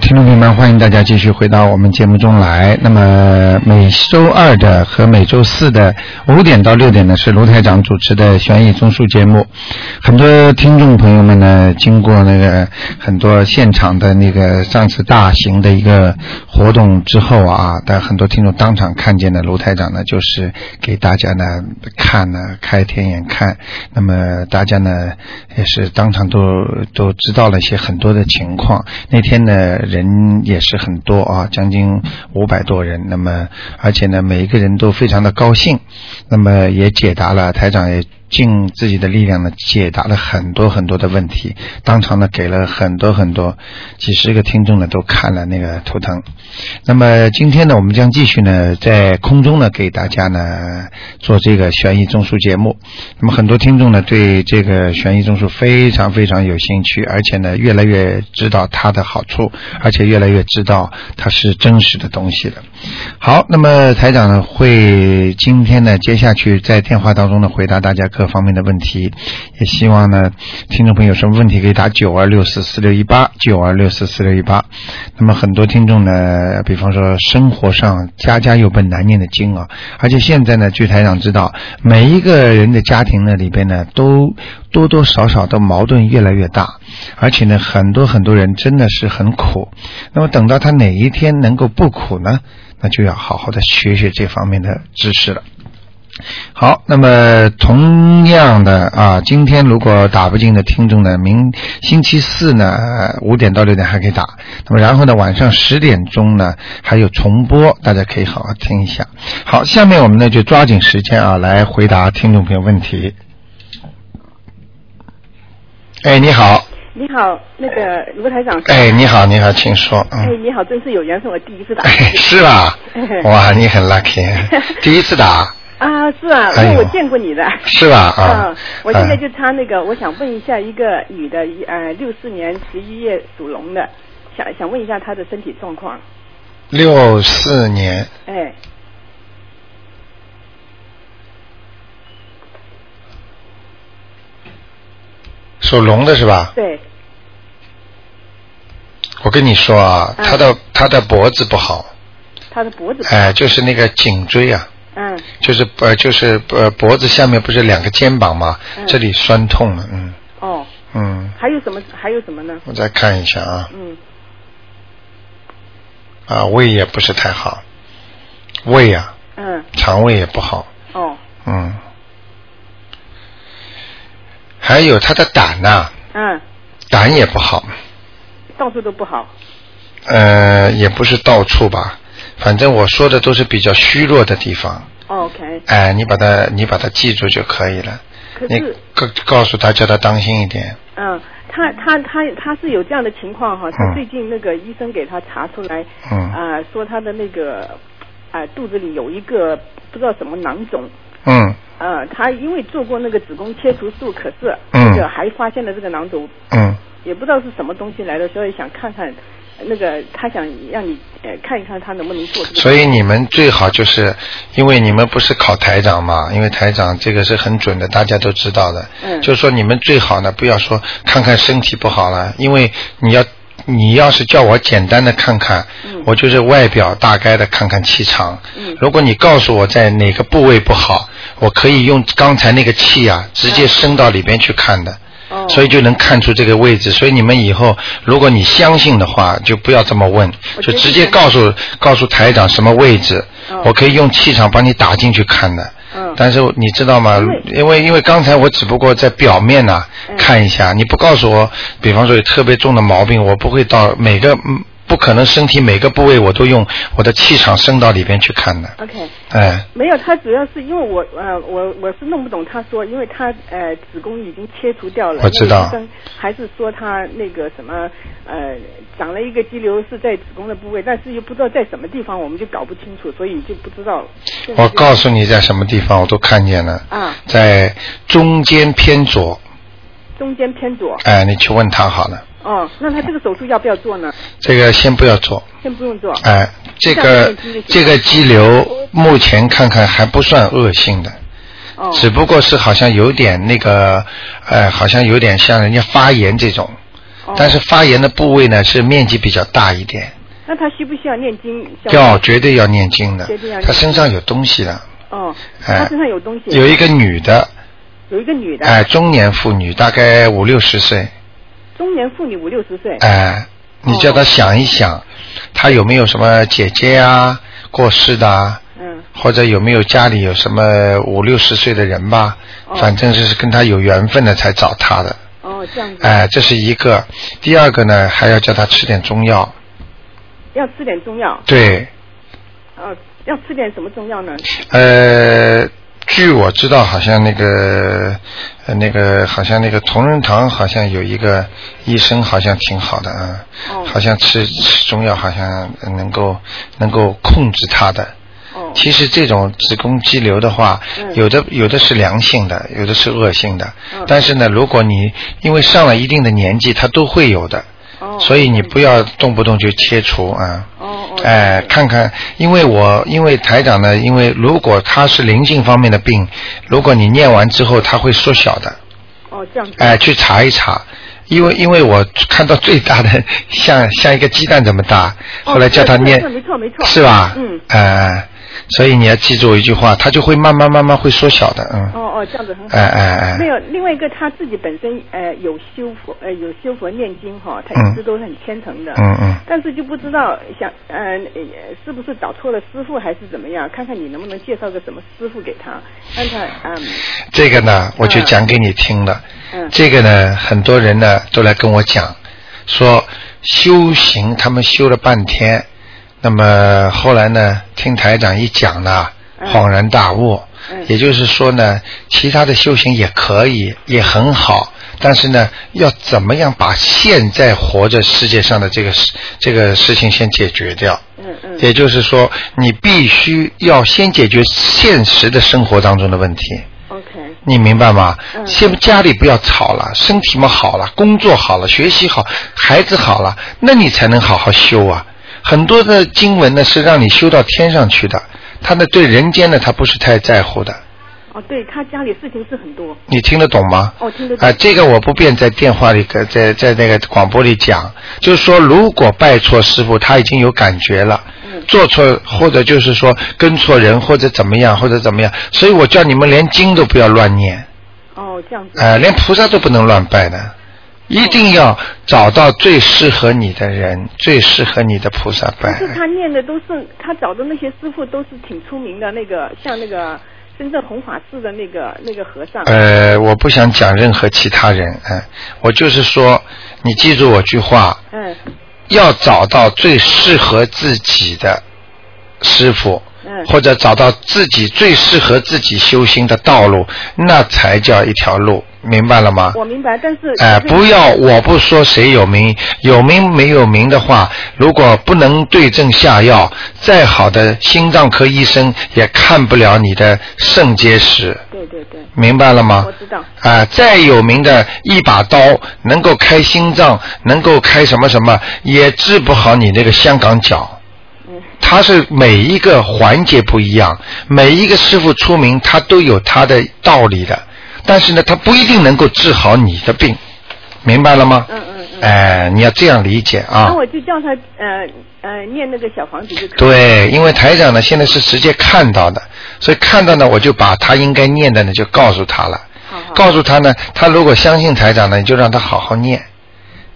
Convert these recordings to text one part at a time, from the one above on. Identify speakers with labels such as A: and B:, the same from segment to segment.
A: 听众朋友们，欢迎大家继续回到我们节目中来。那么每周二的和每周四的五点到六点呢，是卢台长主持的悬疑综述节目。很多听众朋友们呢，经过那个很多现场的那个上次大型的一个活动之后啊，但很多听众当场看见的卢台长呢，就是给大家呢看呢开天眼看。那么大家呢也是当场都都知道了一些很多的情况。那天呢，人也是很多啊，将近五百多人。那么，而且呢，每一个人都非常的高兴。那么也解答了，台长也尽自己的力量呢，解答了很多很多的问题。当场呢，给了很多很多，几十个听众呢都看了那个头疼。那么今天呢，我们将继续呢，在空中呢给大家呢做这个悬疑综述节目。那么很多听众呢对这个悬疑综述非常非常有兴趣，而且呢越来越知道它的好处，而且越来越知道它是真实的东西了。好，那么台长呢会今天呢接下去在电话当中呢回答大家各方面的问题，也希望呢听众朋友有什么问题可以打九二六四四六一八九二六四四六一八。那么很多听众呢，比方说生活上家家有本难念的经啊，而且现在呢，据台长知道，每一个人的家庭呢里边呢都多多少少的矛盾越来越大，而且呢很多很多人真的是很苦。那么等到他哪一天能够不苦呢？那就要好好的学学这方面的知识了。好，那么同样的啊，今天如果打不进的听众呢，明星期四呢五点到六点还可以打，那么然后呢晚上十点钟呢还有重播，大家可以好好听一下。好，下面我们呢就抓紧时间啊来回答听众朋友问题。哎，你好，
B: 你好，那个卢台长。
A: 哎，你好，你好，请说，
B: 哎
A: 嗯，，
B: 你好，真是有缘分，我第一次打。
A: 哎，是吧？哇，你很 lucky，第一次打
B: 啊，是啊，
A: 哎呦
B: 因为我见过你的。
A: 是吧？啊
B: 嗯，，我现在
A: 嗯
B: 就差那个，我想问一下一个女的，一呃，六四年十一月属龙的，想想问一下她的身体状况。
A: 六四年，
B: 哎，
A: 属龙的是吧？
B: 对，
A: 我跟你说啊，
B: 嗯
A: 他的他的脖子不好，
B: 她的脖子，
A: 哎，就是那个颈椎啊，
B: 嗯，
A: 就是呃就是呃脖子下面不是两个肩膀吗？
B: 嗯
A: 这里酸痛了，嗯
B: 哦，
A: 嗯，
B: 还有什么？还有什么呢？
A: 我再看一下啊
B: 嗯，
A: 啊，胃也不是太好，胃啊
B: 嗯，
A: 肠胃也不好，
B: 哦，
A: 嗯，还有他的胆呐、
B: 嗯，
A: 胆也不好，
B: 到处都不好。
A: 呃，也不是到处吧，反正我说的都是比较虚弱的地方。
B: 哦 OK，
A: 哎，你把它你把它记住就可以了。
B: 可
A: 你
B: 是
A: 告告诉他，叫他当心一点。
B: 嗯，他他他他是有这样的情况哈，
A: 嗯
B: 他最近那个医生给他查出来，
A: 嗯
B: 啊、说他的那个啊、肚子里有一个不知道什么囊肿，
A: 嗯
B: 呃，他因为做过那个子宫切除术，可是
A: 嗯
B: 那个还发现了这个囊肿，
A: 嗯，
B: 也不知道是什么东西来的，所以想看看那个他想让你呃看一看他能不能做这个。
A: 所以你们最好就是，因为你们不是考台长嘛，因为台长这个是很准的，大家都知道的。
B: 嗯
A: 就是说你们最好呢，不要说看看身体不好了，因为你要你要是叫我简单的看看，
B: 嗯
A: 我就是外表大概的看看气场。
B: 嗯
A: 如果你告诉我在哪个部位不好，我可以用刚才那个气啊，直
B: 嗯
A: 接升到里边去看的。
B: 哦，
A: 所以就能看出这个位置。所以你们以后如果你相信的话，就不要这么问，
B: 我
A: 就
B: 觉得
A: 直接
B: 是
A: 告诉告诉台长什么位置，
B: 哦
A: 我可以用气场帮你打进去看的。
B: 嗯
A: 但是你知道吗？
B: 对
A: 因为因为刚才我只不过在表面呐、
B: 嗯
A: 看一下，你不告诉我，比方说有特别重的毛病，我不会到每个嗯不可能身体每个部位我都用我的气场升到里边去看的。
B: OK。
A: 哎，
B: 没有，他主要是因为我呃，我我是弄不懂他说，因为他呃子宫已经切除掉了，
A: 我知道
B: 因为医生还是说他那个什么呃长了一个肌瘤是在子宫的部位，但是又不知道在什么地方，我们就搞不清楚，所以就不知道。现在
A: 我
B: 就
A: 告诉你在什么地方我都看见了，
B: 啊，
A: 在中间偏左，
B: 中间偏左。
A: 哎，你去问他好了。
B: 哦，那他这个手术要不要做呢？
A: 这个先不要做，
B: 先不用做。
A: 哎、这个这个肌瘤目前看看还不算恶性的，
B: 哦，
A: 只哎不过是好像有点那个，呃，好像有点像人家发炎这种，
B: 哦
A: 但是发炎的部位呢是面积比较大一点。
B: 那他需不需要念经？消
A: 要
B: 灾
A: 绝对要念经的
B: 绝对要，念
A: 他身上有东西的，
B: 哦，
A: 哎
B: 他身上有东西。
A: 有一个女的，
B: 有一个女的，
A: 哎，中年妇女，大概五六十岁，
B: 中年妇女五六十岁。
A: 哎，你叫她想一想，她有没有什么姐姐啊过世的啊，
B: 嗯，
A: 或者有没有家里有什么五六十岁的人吧，
B: 哦
A: 反正是跟她有缘分的才找她的，
B: 哦，这样子。
A: 哎，这是一个。第二个呢，还要叫她吃点中药，
B: 要吃点中药，
A: 对，
B: 呃，要吃点什么中药呢？
A: 呃，据我知道，好像那个、呃那个，好像那个同仁堂好像有一个医生，好像挺好的啊，
B: 哦
A: 好像吃吃中药，好像能够能够控制他的。
B: 哦，
A: 其实这种子宫肌瘤的话，
B: 嗯
A: 有的有的是良性的，有的是恶性的。
B: 嗯
A: 但是呢，如果你因为上了一定的年纪，它都会有的，
B: 哦，
A: 所以你不要动不动就切除啊。
B: 哦哦，
A: 哎、
B: 这样子
A: 看看，因为我因为台长呢，因为如果他是灵性方面的病，如果你念完之后，他会缩小的。
B: 哦这样子，
A: 哎、去查一查，因为因为我看到最大的像像一个鸡蛋这么大，
B: 哦
A: 后来叫他念，
B: 没错没错没错
A: 是吧？
B: 嗯
A: 哎、哎所以你要记住一句话，他就会慢慢慢慢会缩小的，嗯。
B: 哦哦这样子很好。
A: 哎哎哎。
B: 没有，另外一个他自己本身呃有修佛呃有修佛念经哈，他
A: 嗯
B: 一直都是很虔诚的，
A: 嗯嗯。
B: 但是就不知道想呃呃是不是找错了师傅还是怎么样，看看你能不能介绍个什么师傅给他，让他嗯
A: 这个呢，我就
B: 嗯
A: 讲给你听了。
B: 嗯
A: 这个呢，很多人呢都来跟我讲，说修行他们修了半天，那么后来呢，听台长一讲呢，
B: 嗯
A: 恍然大悟。
B: 嗯
A: 也就是说呢，其他的修行也可以，也很好，但是呢，要怎么样把现在活着世界上的这个事这个事情先解决掉？
B: 嗯嗯
A: 也就是说，你必须要先解决现实的生活当中的问题。
B: ，OK，
A: 你明白吗？
B: 嗯
A: 先家里不要吵了，身体嘛好了，工作好了，学习好，孩子好了，那你才能好好修啊。很多的经文呢是让你修到天上去的，他呢对人间呢他不是太在乎的，
B: 哦对他家里事情是很多，
A: 你听得懂吗？
B: 哦听得懂
A: 啊，这个我不便在电话里跟在在那个广播里讲，就是说，如果拜错师傅，他已经有感觉了，
B: 嗯
A: 做错或者就是说跟错人或者怎么样或者怎么样，所以我叫你们连经都不要乱念。
B: 哦这样子，
A: 呃，连菩萨都不能乱拜的，一定要找到最适合你的人，最适合你的菩萨拜
B: 可。是他念的都是他找的那些师傅都是挺出名的，那个像那个深圳弘法寺的那个那个和尚。
A: 呃，我不想讲任何其他人，嗯、我就是说，你记住我句话，
B: 嗯
A: 要找到最适合自己的师傅，
B: 嗯
A: 或者找到自己最适合自己修行的道路，那才叫一条路，明白了吗？
B: 我明白，但是
A: 哎、
B: 就是
A: 不要，我不说谁有名，有名没有名的话，如果不能对症下药，再好的心脏科医生也看不了你的肾结石，
B: 对对对，
A: 明白了吗？
B: 我知道。
A: 啊，再有名的一把刀，能够开心脏，能够开什么什么，也治不好你那个香港脚。
B: 嗯
A: 它是每一个环节不一样，每一个师傅出名，他都有他的道理的。但是呢，他不一定能够治好你的病，明白了吗？
B: 嗯嗯嗯。
A: 哎，你要这样理解啊
B: 那。我就叫他呃呃念那个小房子就可以。
A: 对，因为台长呢现在是直接看到的，所以看到呢我就把他应该念的呢就告诉他了，
B: 好好。
A: 告诉他呢，他如果相信台长呢，你就让他好好念，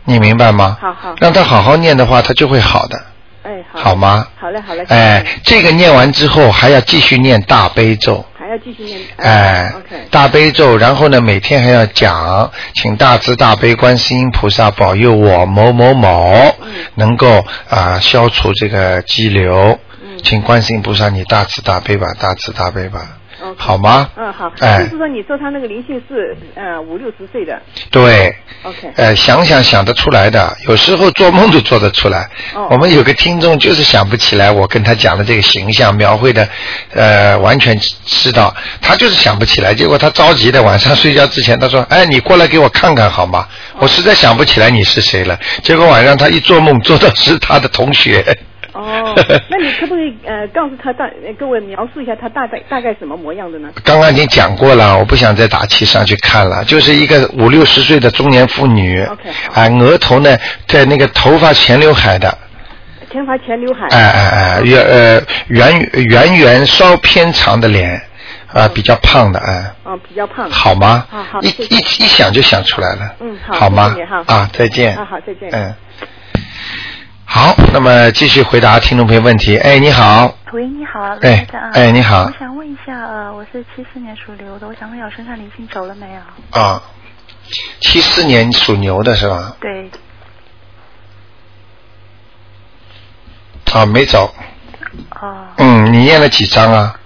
A: 你明白吗？
B: 好好
A: 让他好好念的话，他就会好的。
B: 哎，好。
A: 好吗
B: 好嘞，好嘞。
A: 哎
B: 谢谢，
A: 这个念完之后还要继续念大悲咒。
B: 还要继续念。
A: 哎、
B: OK。
A: 大悲咒，然后呢，每天还要讲，请大慈大悲观世音菩萨保佑我某某某
B: 嗯
A: 能够啊、消除这个肌瘤，
B: 嗯
A: 请观世音菩萨你大慈大悲吧，大慈大悲吧
B: OK
A: 好吗？
B: 嗯，好。
A: 哎
B: 就是说，你说他那个灵性是呃五六十岁的。
A: 对，
B: OK。
A: 呃，想想想得出来的，有时候做梦都做得出来。
B: 哦
A: 我们有个听众就是想不起来，我跟他讲的这个形象描绘的，呃，完全知道，他就是想不起来。结果他着急的晚上睡觉之前，他说：“哎，你过来给我看看好吗？
B: 哦
A: 我实在想不起来你是谁了。”结果晚上他一做梦，做到是他的同学。
B: 哦，那你可不可以呃告诉他大呃跟我描述一下他大概大概什么模样的呢？
A: 刚刚已经讲过了，我不想再打气上去看了，就是一个五六十岁的中年妇女，啊
B: OK
A: 额头呢在那个头发前刘海的，
B: 前发前刘海。
A: 哎哎哎，圆呃圆圆圆稍偏长的脸，啊、比较胖的哎、
B: 哦，比较胖。
A: 好吗？
B: 嗯好好
A: 一
B: 谢谢
A: 一一想就想出来了，
B: 嗯好
A: 好吗
B: 谢谢你？哈
A: 啊，再见。
B: 啊好再见
A: 嗯，好，那么继续回答听众朋友问题。哎，你好，
C: 喂，你好，卢
A: 哎
C: 台长。
A: 哎你好
C: 我想问一下，呃，我是七四年属牛的，我想问一下我身上灵性走了没有？
A: 啊，七四年属牛的是吧？
C: 对，
A: 啊，没走。
C: 哦，
A: 嗯，你念了几张啊？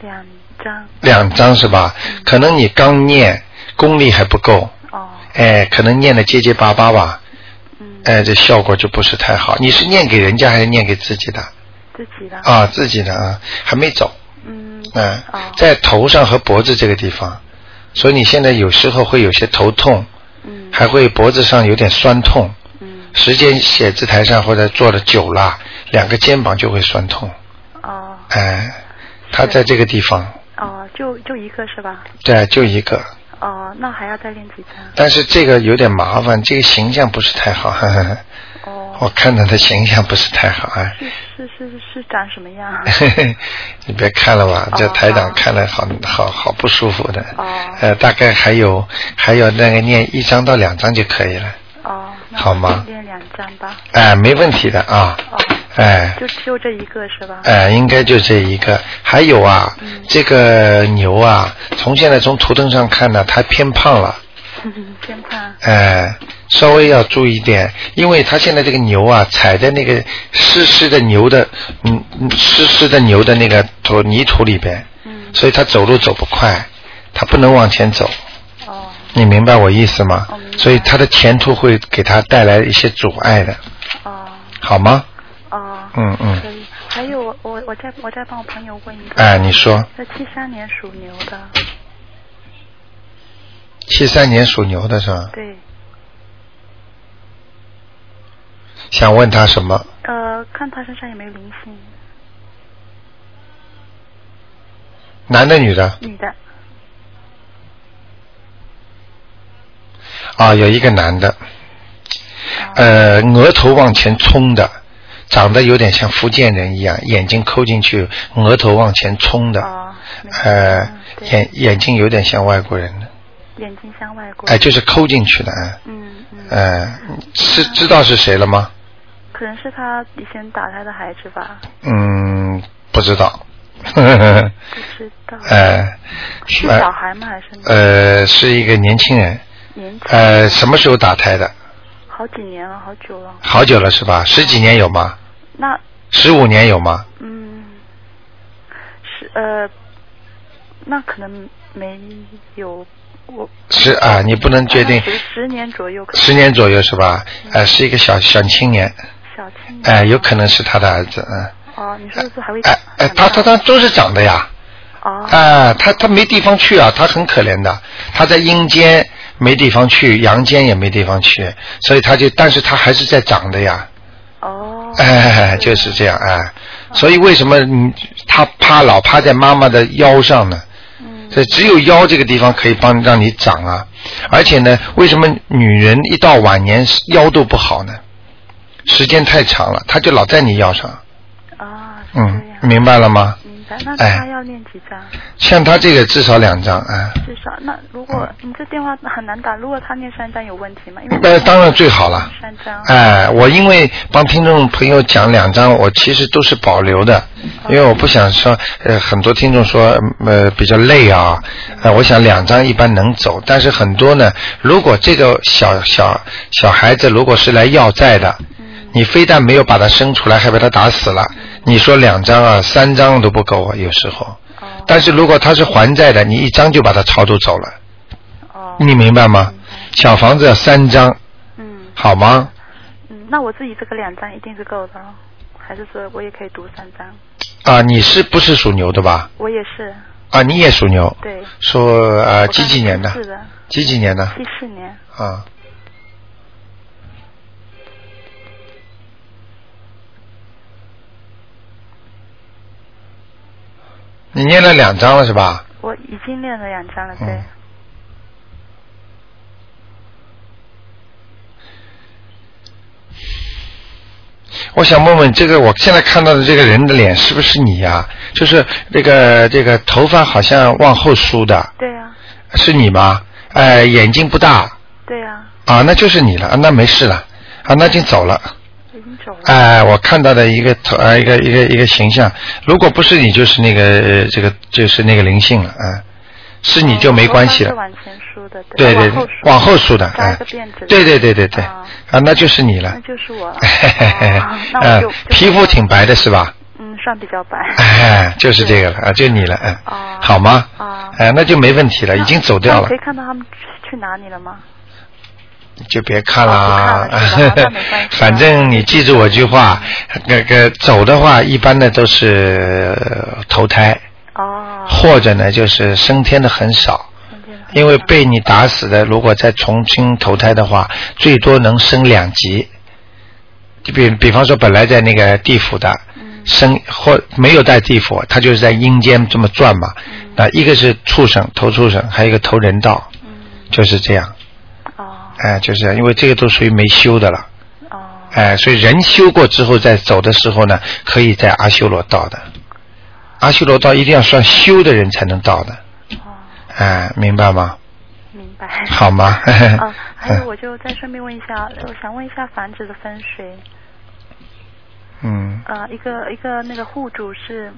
C: 两张，
A: 两张是吧？可能你刚念，功力还不够，
C: 哦，
A: 哎，可能念的结结巴巴吧，
C: 嗯，
A: 哎，这效果就不是太好。你是念给人家还是念给自己的？
C: 自己的，
A: 啊，自己的啊，还没走，
C: 嗯，
A: 嗯、
C: 哦，
A: 在头上和脖子这个地方，所以你现在有时候会有些头痛，
C: 嗯，
A: 还会脖子上有点酸痛，
C: 嗯，
A: 时间写字台上或者坐的久了，两个肩膀就会酸痛，
C: 哦，
A: 哎，它
C: 是
A: 在这个地方，
C: 哦，就就一个是吧？
A: 对，就一个。
C: 哦，那还要再练几张？
A: 但是这个有点麻烦，这个形象不是太好，呵呵呵我
C: 哦，
A: 看到他形象不是太好啊。
C: 是是是是长什么样？
A: 哎 你别看了吧，这
C: 哦
A: 台长
C: 好
A: 看了好好好不舒服的。
C: 哦
A: 呃，大概还有还有那个念一张到两张就可以了，
C: 哦，那
A: 好吗
C: 我练两张吧。
A: 哎，没问题的啊。
C: 哦，
A: 哎
C: 就只有这一个是吧？
A: 哎，应该就这一个。还有啊，
C: 嗯
A: 这个牛啊，从现在从图腾上看呢，它偏胖了。
C: 先看，
A: 哎，稍微要注意点，因为它现在这个牛啊，踩在那个湿湿的牛的，嗯，嗯湿湿的牛的那个土泥土里边，
C: 嗯，
A: 所以它走路走不快，它不能往前走，
C: 哦，
A: 你明白我意思吗
C: 我明？白
A: 所以它的前途会给它带来一些阻碍的，
C: 哦。
A: 好吗？
C: 哦，
A: 嗯嗯
C: 可以。还有我我我再我再帮我朋友问一个，
A: 哎，你说，
C: 这七三年属牛的，
A: 七三年属牛的是吧？
C: 对，
A: 想问他什么？
C: 呃，看他身上有没有灵性，
A: 男的女的？
C: 女的，
A: 啊，有一个男的，
C: 啊、
A: 呃，额头往前冲的，长得有点像福建人一样，眼睛抠进去，额头往前冲的，
C: 哦，没事
A: 呃
C: 嗯，对
A: 眼眼睛有点像外国人的，
C: 眼睛像外国，
A: 哎、就是抠进去的，哎、
C: 嗯嗯，
A: 呃，是知道是谁了吗？
C: 可能是他以前打胎的孩子吧，
A: 嗯，不知道，哎、
C: 不知道，
A: 呃，
C: 是小孩吗？还是
A: 呃，是一个年轻人，
C: 年轻？
A: 呃，什么时候打胎的？
C: 好几年了，好久了。
A: 好久了是吧？十几年有吗？
C: 那
A: 十五年有吗？
C: 嗯，是呃，那可能没有我
A: 是啊，你不能决定
C: 嗯十嗯十年左右，可能
A: 十年左右是吧？呃，是一个小小青年，
C: 小青年。
A: 哎、有可能是他的儿子，嗯，
C: 哦，你说的是还会
A: 哎哎，他他他都是长的呀，
C: 哦
A: 啊、他他没地方去啊，他很可怜的，他在阴间没地方去，阳间也没地方去，所以他就，但是他还是在长的呀，
C: 哦，
A: 哎，就是这样哎，所以为什么你他趴老趴在妈妈的腰上呢？
C: 嗯
A: 这只有腰这个地方可以帮让你长啊，而且呢，为什么女人一到晚年腰都不好呢？时间太长了，她就老在你腰上，
C: 啊，是
A: 嗯
C: 这，样，
A: 明白了吗？
C: 明白。那
A: 哎
C: 他要念几张？
A: 像她这个至少两张啊，
C: 至少那如果
A: 嗯
C: 你这电话很难打，如果他念三张有问题吗？因为
A: 那呃当然最好了。
C: 三张。
A: 哎，我因为帮听众朋友讲两张，我其实都是保留的，因为我不想说，呃，很多听众说，嗯呃，比较累啊，呃，我想两张一般能走，但是很多呢，如果这个小小小孩子如果是来要债的，
C: 嗯
A: 你非但没有把他生出来，还把他打死了，你说两张啊，三张都不够啊，有时候。
C: 哦
A: 但是如果他是还债的，你一张就把他超度走了，
C: 哦
A: 你明白吗
C: 明白？
A: 小房子要三张，
C: 嗯
A: 好吗？
C: 嗯，那我自己这个两张一定是够的哦，还是说我也可以读三张？
A: 啊，你是不是属牛的吧？
C: 我也是，
A: 啊，你也属牛，
C: 对。
A: 属啊
C: 我
A: 几几年的？
C: 是的，
A: 几几年的？
C: 七四年。
A: 啊。你念了两张了是吧？
C: 我已经练了两张了，对
A: 嗯，我想问问这个，我现在看到的这个人的脸是不是你呀、就是这个这个头发好像往后梳的，
C: 对啊呀，
A: 是你吗？呃，眼睛不大
C: 对呀，
A: 啊，那就是你了，啊、那没事了啊，那已经走了。
C: 已经走了，
A: 哎、我看到的一个头，呃，一个一个一个形象，如果不是你，就是那个、呃这个就是那个灵性了，嗯、是你就没关系了
C: 头。发是往前梳的，
A: 对对对
C: 对吧，
A: 往
C: 往
A: 后
C: 后
A: 梳
C: 梳
A: 的，
C: 扎
A: 哎
C: 一个辫子，，
A: 对对对对对，
C: 啊
A: 啊，那就是你了
C: 那。就是我了，
A: 嘿嘿嘿
C: 哦，那我
A: 嗯
C: 就，
A: 皮肤挺，白的是吧？
C: 就嗯，算比较白，
A: 哎，就是这个了啊，就你了，嗯，
C: 哦
A: 好吗？
C: 啊，
A: 哎，那就没问题了，已经走掉
C: 那我
A: 了
C: 可以，看到他们去去哪里了吗？
A: 就别看了
C: 哦
A: 啊
C: 不看了是吧那没关系啊
A: 反正你记住我句话，那个走的话，一般的都是呃投胎，
C: 哦，
A: 或者呢就是升天的很少，
C: 看见了
A: 因为被你打死的，如果再重新投胎的话，最多能升两级。就比比方说，本来在那个地府的，
C: 嗯
A: 生或没有在地府，他就是在阴间这么转嘛。
C: 嗯
A: 那一个是畜生投畜生，还有一个投人道，
C: 嗯，
A: 就是这样。
C: 哦
A: 哎，就是这样因为这个都属于没修的了。
C: 哦，
A: 哎，所以人修过之后，在走的时候呢，可以在阿修罗道的。阿修罗道一定要算修的人才能到的。
C: 哦，
A: 哎，明白吗？
C: 明 白。
A: 好吗？
C: 哦，还
A: 嗯
C: 有我就再顺便问一下，我想问一下房子的风水。
A: 嗯，
C: 呃，一个一个那个户主是，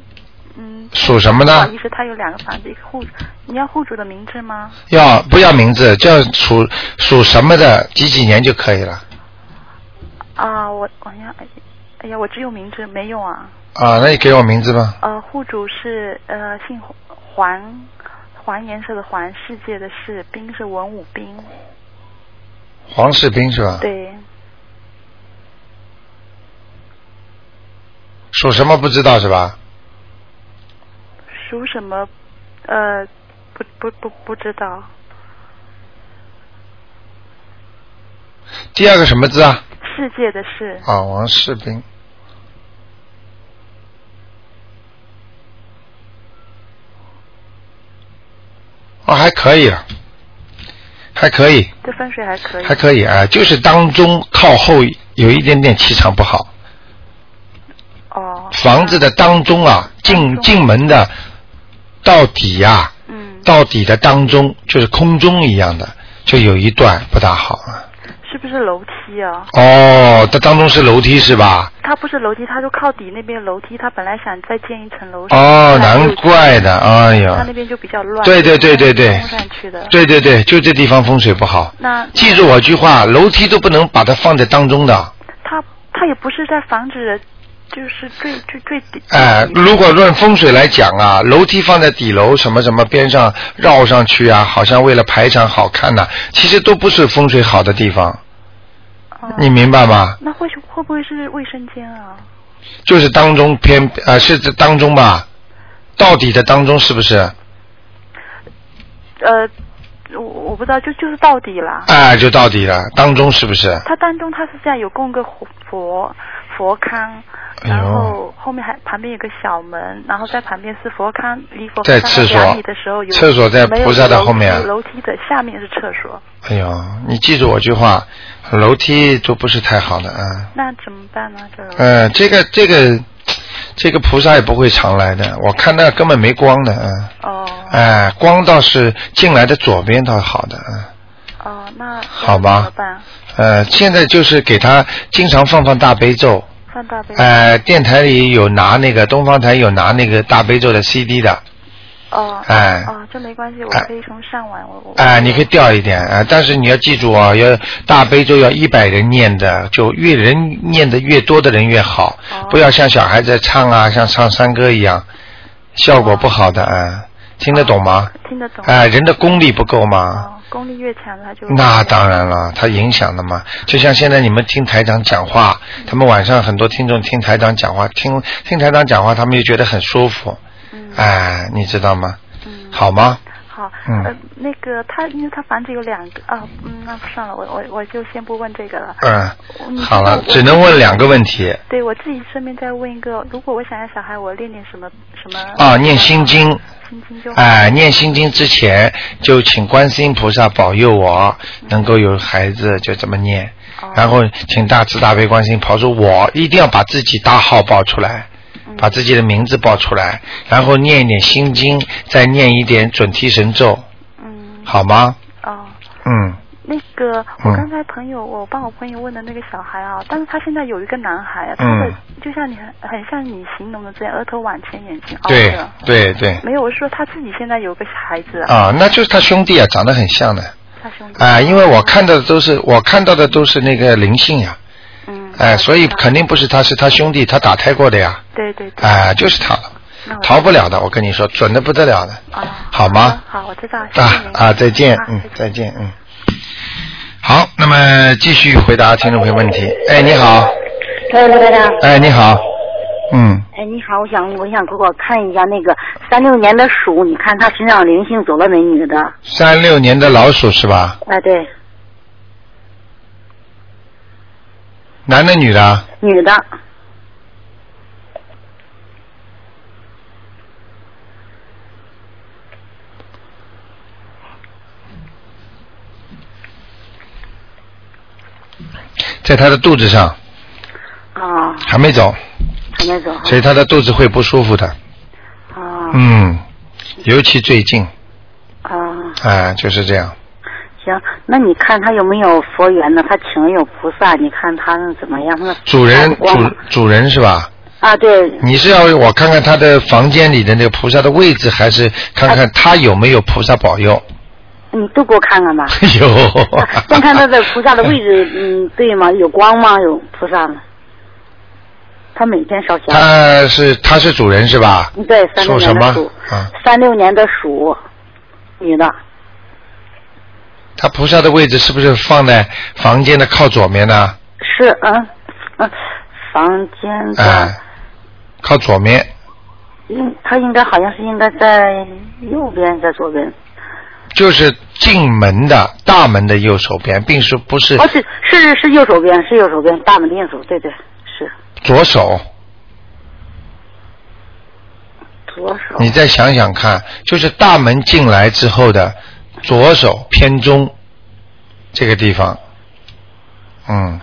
C: 嗯，
A: 属什么
C: 不好
A: 呢
C: 意？思，他有两个房子，一个户，你要户主的名字吗？
A: 要不要名字？叫属属什么的，几几年就可以了。
C: 啊，我，哎呀，哎呀，我只有名字没有啊。
A: 啊，那你给我名字吧。
C: 呃，户主是呃姓黄，黄颜色的黄，世界的世，兵是文武兵，
A: 黄世斌是吧？。
C: 对，
A: 属什么不知道是吧？
C: 属什么？呃，不不不不知道，
A: 第二个什么字啊？
C: 世界的世，
A: 啊，王世斌。哦，还可以了，还可以，
C: 这风水还可以
A: 还。可以啊，就是当中靠后有一点点气场不好，
C: 哦。
A: 房子的当中啊，进进门的到底呀、啊，
C: 嗯，
A: 到底的当中就是空中一样的，就有一段不大好啊。
C: 是不是楼梯啊？
A: 哦，它当中是楼梯是吧？
C: 它不是楼梯，它就靠底那边楼梯，它本来想再建一层楼。
A: 哦，难怪的，哎
C: 它
A: 呀
C: 那，边就比较乱。
A: 对对对对对
C: 冲上去的。。
A: 对对对，就这地方风水不好。
C: 那
A: 记住我句话，楼梯都不能把它放在当中的。
C: 它它也不是在防止，就是最最最底。
A: 哎，
C: 最底
A: 如果论风水来讲啊，楼梯放在底楼什么什么边上绕上去啊，好像为了排场好看呐、其实都不是风水好的地方，
C: 哦
A: 你明白吗？
C: 那会会不会是卫生间啊？
A: 就是当中偏啊、是这当中吧，到底的当中是不是？
C: 呃，我我不知道，就就是到底啦。
A: 哎，就到底了，当中是不是？
C: 它当中它是这样有供个佛佛龛，
A: 哎呦
C: 然后后面还旁边有个小门，然后在旁边是佛龛，离佛龛
A: 在厕所
C: 两米的时候有
A: 厕所在菩萨的后面
C: 没有楼梯楼梯的下面是厕所，
A: 哎呦，你记住我句话，楼梯都不是太好的啊。
C: 那怎么办呢？这楼梯
A: 嗯，这个这个这个菩萨也不会常来的，我看那根本没光的啊。
C: 哦
A: 哎，光倒是进来的左边倒是好的啊。
C: 哦，那
A: 好
C: 那
A: 吧
C: 怎么办？
A: 呃，现在就是给他经常放放大悲咒，
C: 放大悲
A: 呃，电台里有拿那个东方台有拿那个大悲咒的 CD 的，
C: 哦
A: 哎
C: 哦，这没关系，我
A: 哎
C: 可以从上网我我
A: 哎、你可以调一点啊、哎但是你要记住啊、要大悲咒要一百人念的，就越人念的越多的人越好，
C: 哦
A: 不要像小孩子唱啊，像唱山歌一样，效果不好的啊、哎听得懂吗？
C: 听得哦懂
A: 哎、人的功力不够吗？
C: 哦，功力越强它就
A: 那当然了，它影响的嘛。就像现在你们听台长讲话，他们晚上很多听众听台长讲话，听听台长讲话，他们就觉得很舒服，哎
C: 嗯
A: 哎、你知道吗？
C: 嗯
A: 好吗？
C: 好好，
A: 嗯
C: 呃，那个他，因为他房子有两个啊，嗯，那算了，我我我就先不问这个了。
A: 嗯，
C: 你知道
A: 好了
C: 我，
A: 只能问两个问题
C: 对我自己顺便再问一个，如果我想要小孩，我练点什么什么？
A: 啊，念心经。
C: 心经就好。
A: 哎，念心经之前就请观世音菩萨保佑我能够有孩子，就这么念。
C: 哦
A: 然后请大慈大悲观世音保佑我，一定要把自己大号报出来，
C: 嗯
A: 把自己的名字报出来，然后念一点心经，再念一点准提神咒，
C: 嗯，
A: 好吗？
C: 哦，
A: 嗯，
C: 那个
A: 嗯
C: 我刚才朋友，我帮我朋友问的那个小孩啊，但是他现在有一个男孩啊，他
A: 嗯
C: 的、就像你很很像你形容的这样，额头往前，眼睛凹
A: 对
C: 着。
A: 对对，
C: 没有，我说他自己现在有个孩子，
A: 啊，那就是他兄弟啊，长得很像的
C: 他兄弟。
A: 啊，因为我看到的都是我看到的都是那个灵性呀、
C: 嗯。
A: 哎、
C: 我
A: 所以
C: 知道
A: 肯定不是他，是他兄弟，他打胎过的呀。
C: 对对对。
A: 啊、就是他了，
C: 那我
A: 逃不了的，我跟你说，准的不得了的，
C: 嗯啊
A: 好吗？
C: 好我知道谢谢
A: 啊
C: 您
A: 啊，再见
C: 啊，
A: 嗯
C: 再见，
A: 再见，嗯。好，那么继续回答听众朋友问题。哎，你好，
D: 哎，罗台长，
A: 哎，你好，嗯，
D: 哎，你好，我想我想给我看一下那个三六年的鼠，你看他身上灵性走了没？女的，
A: 三六年的老鼠是吧？
D: 哎，对，
A: 男的女的啊？
D: 女的，
A: 在他的肚子上
D: 啊，
A: 还没走，
D: 还没走哈，
A: 所以他的肚子会不舒服的。
D: 啊
A: 嗯，尤其最近，
D: 啊，
A: 啊，就是这样。
D: 行，那你看他有没有佛缘呢？他请有菩萨，你看他那怎么样？那
A: 主
C: 啊
A: 人
D: 光
A: 主主人是吧？
D: 啊，对，
A: 你是要我看看他的房间里的那个菩萨的位置，还是看
C: 啊
A: 看他有没有菩萨保佑？
D: 你都给我 看 看吧。。
A: 哎有
D: 先看他的菩萨的位置，嗯，对吗？有光吗？有菩萨吗？他每天烧香。
A: 他是他是主人是吧？
D: 嗯对，三
A: 属
D: 六
A: 什
D: 年的
A: 么
D: 鼠，？
A: 啊，
D: 三六年的鼠，女的，
A: 他菩萨的位置是不是放在房间的靠左面呢？
D: 是嗯嗯，房间的，
A: 哎，靠左面。
D: 应她应该好像是应该在右边，在左边，
A: 就是进门的大门的右手边，并是不是
D: 哦是是是右手边，是右手边，大门的右手，对对是
A: 左手？
D: 左手，
A: 你再想想看，就是大门进来之后的左手偏中这个地方，嗯，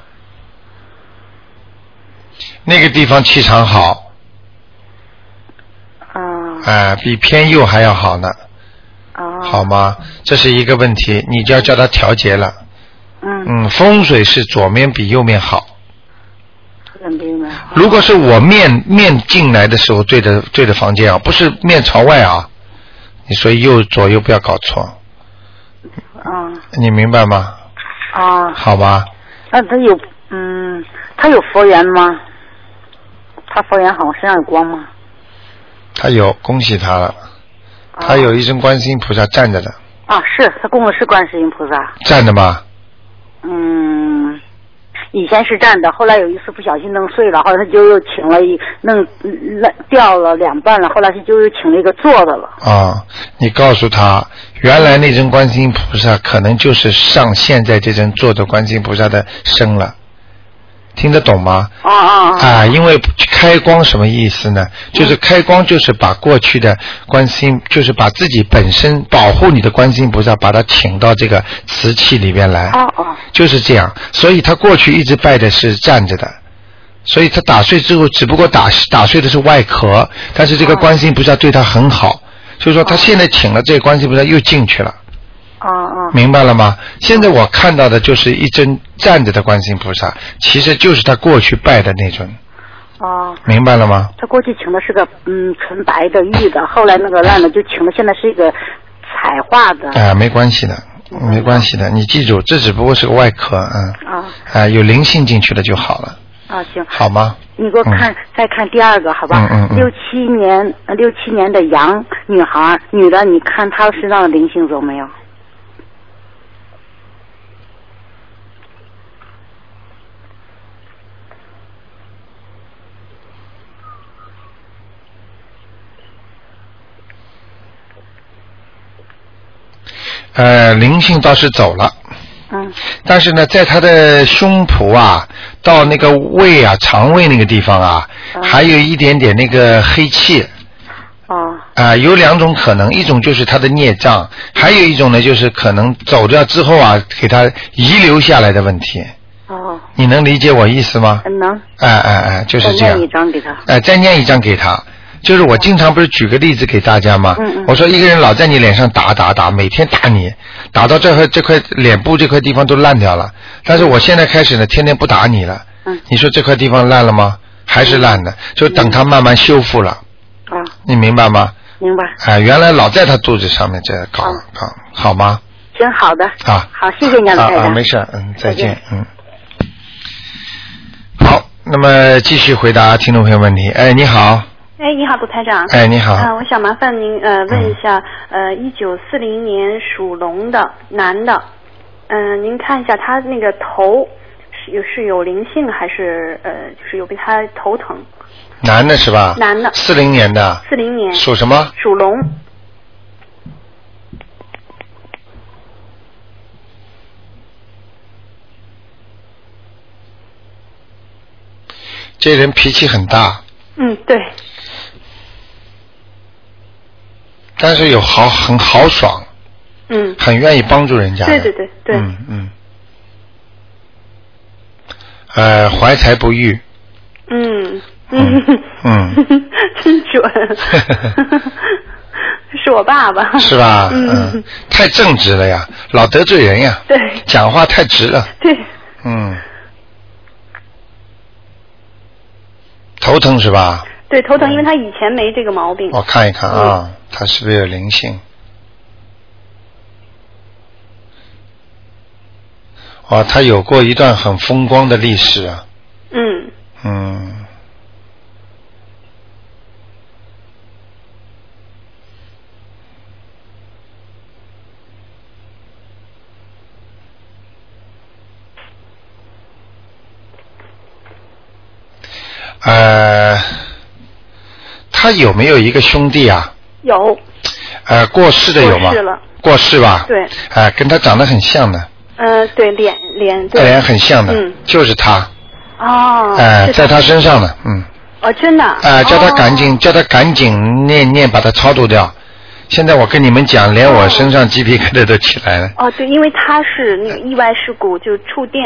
A: 那个地方气场好，
D: 啊
A: 哎、比偏右还要好呢，
D: 啊
A: 好吗？这是一个问题，你就要叫他调节了。
D: 嗯，
A: 嗯，风水是左面比右面好。
D: 很明白，
A: 如果是我面面进来的时候对着对着房间啊，不是面朝外啊，你所以右左右不要搞错，
D: 啊
A: 你明白吗？
D: 啊，
A: 好吧，
D: 那她有嗯，她有佛缘吗？她佛缘好像身上有光吗？
A: 他有，恭喜他了。
D: 啊
A: 他有一尊观世音菩萨站着的，
D: 啊，是她供的是观世音菩萨。
A: 站着嘛，
D: 嗯，以前是站的，后来有一次不小心弄碎了，后来他就又请了一弄那掉了两半了，后来他就又请了一个坐的了。
A: 啊，你告诉他，原来那尊观世音菩萨可能就是上现在这尊坐着观世音菩萨的身了，听得懂吗？
D: 啊啊啊！嗯
A: 啊，因为开光什么意思呢？就是开光，就是把过去的观世音，就是把自己本身保护你的观世音菩萨，把它请到这个瓷器里边来。
D: 哦哦
A: 就是这样，所以他过去一直拜的是站着的，所以他打碎之后，只不过打打碎的是外壳，但是这
D: 哦
A: 个观世音菩萨对他很好，所以说他现在请了这个观世音菩萨又进去了，
C: 哦
D: 啊啊！
A: 明白了吗？现在我看到的就是一尊站着的观世音菩萨，其实就是他过去拜的那尊，
D: 哦，
A: 明白了吗？
D: 他过去请的是个嗯纯白的玉的，后来那个烂的就请的现在是一个彩画的。
A: 啊、没关系的，没关系的，你记住，这只不过是个外壳，嗯，
D: 啊
A: 啊、有灵性进去了就好了，
D: 啊行，
A: 好吗？
D: 你给我看、再看第二个好吧？
A: 嗯嗯嗯嗯
D: 六七年呃六七年的羊女孩儿女的，你看她身上的灵性走没有？
A: 呃，灵性倒是走了。
D: 嗯
A: 但是呢，在他的胸脯啊，到那个胃啊、肠胃那个地方啊，还有一点点那个黑气
D: 哦
A: 啊、有两种可能，一种就是他的孽障，还有一种呢就是可能走掉之后啊，给他遗留下来的问题。
D: 哦，
A: 你能理解我意思吗？
D: 能，
A: 哎哎哎，就是这
D: 再念
A: 样
D: 一。张给他。
A: 哎，再念一张给他。就是我经常不是举个例子给大家吗？
D: 嗯嗯
A: 我说一个人老在你脸上打打打，每天打你，打到这块这块脸部这块地方都烂掉了。但是我现在开始呢，天天不打你了。
D: 嗯
A: 你说这块地方烂了吗？还是烂的，就等
D: 嗯
A: 它慢慢修复了，
D: 啊，
A: 你明白吗？
D: 明白。
A: 哎，原来老在他肚子上面这搞
D: 嗯
A: 搞，好吗？
D: 行，好的。
A: 啊，
D: 好，谢谢你啊，
A: 啊
D: 卢台
A: 啊，
D: 长
A: 没。事，嗯，再
D: 再见
A: 见，嗯。好，那么继续回答听众朋友问题。哎，你
D: 嗯
A: 好，
E: 哎，你好，卢台长。
A: 哎，你好，嗯
E: 啊、我想麻烦您呃问一下，呃，一九四零年属龙的男的，嗯、您看一下他那个头是有是有灵性还是呃就是有被他头疼？
A: 男的是吧？
E: 男的嗯
A: 四零年的，
E: 四零年
A: 啊属什么？
E: 属龙，
A: 这人脾气很大，
E: 嗯，对，
A: 但是有豪，很豪爽，
E: 嗯，
A: 很愿意帮助人家的。
E: 对对对对，
A: 嗯嗯。呃，怀才不遇，
E: 嗯嗯
A: 嗯，
E: 真准， 是我爸爸，
A: 是吧？
E: 嗯，
A: 太正直了呀，老得罪人呀，
E: 对
A: 讲话太直了，
E: 对，
A: 嗯。头疼是吧？
E: 对头疼，因为他以前没这个毛病。
A: 我看一看啊，他是不是有灵性？哦，他有过一段很风光的历史啊，
E: 嗯
A: 嗯。呃，他有没有一个兄弟啊？
E: 有，
A: 呃，过世的有吗？
E: 过世了
A: 过世吧。
E: 对
A: 哎、跟他长得很像的，
E: 呃，对脸脸对
A: 脸很像的，
E: 嗯
A: 就是他。
E: 哦，
A: 哎、
E: 是
A: 在他身上的，嗯。
E: 哦，真的啊
A: 啊、叫他赶紧，叫他赶紧念念，把他超度掉。现在我跟你们讲，连我身上鸡皮疙瘩都起来了，
E: 哦，对，因为他是那个意外事故，就触电，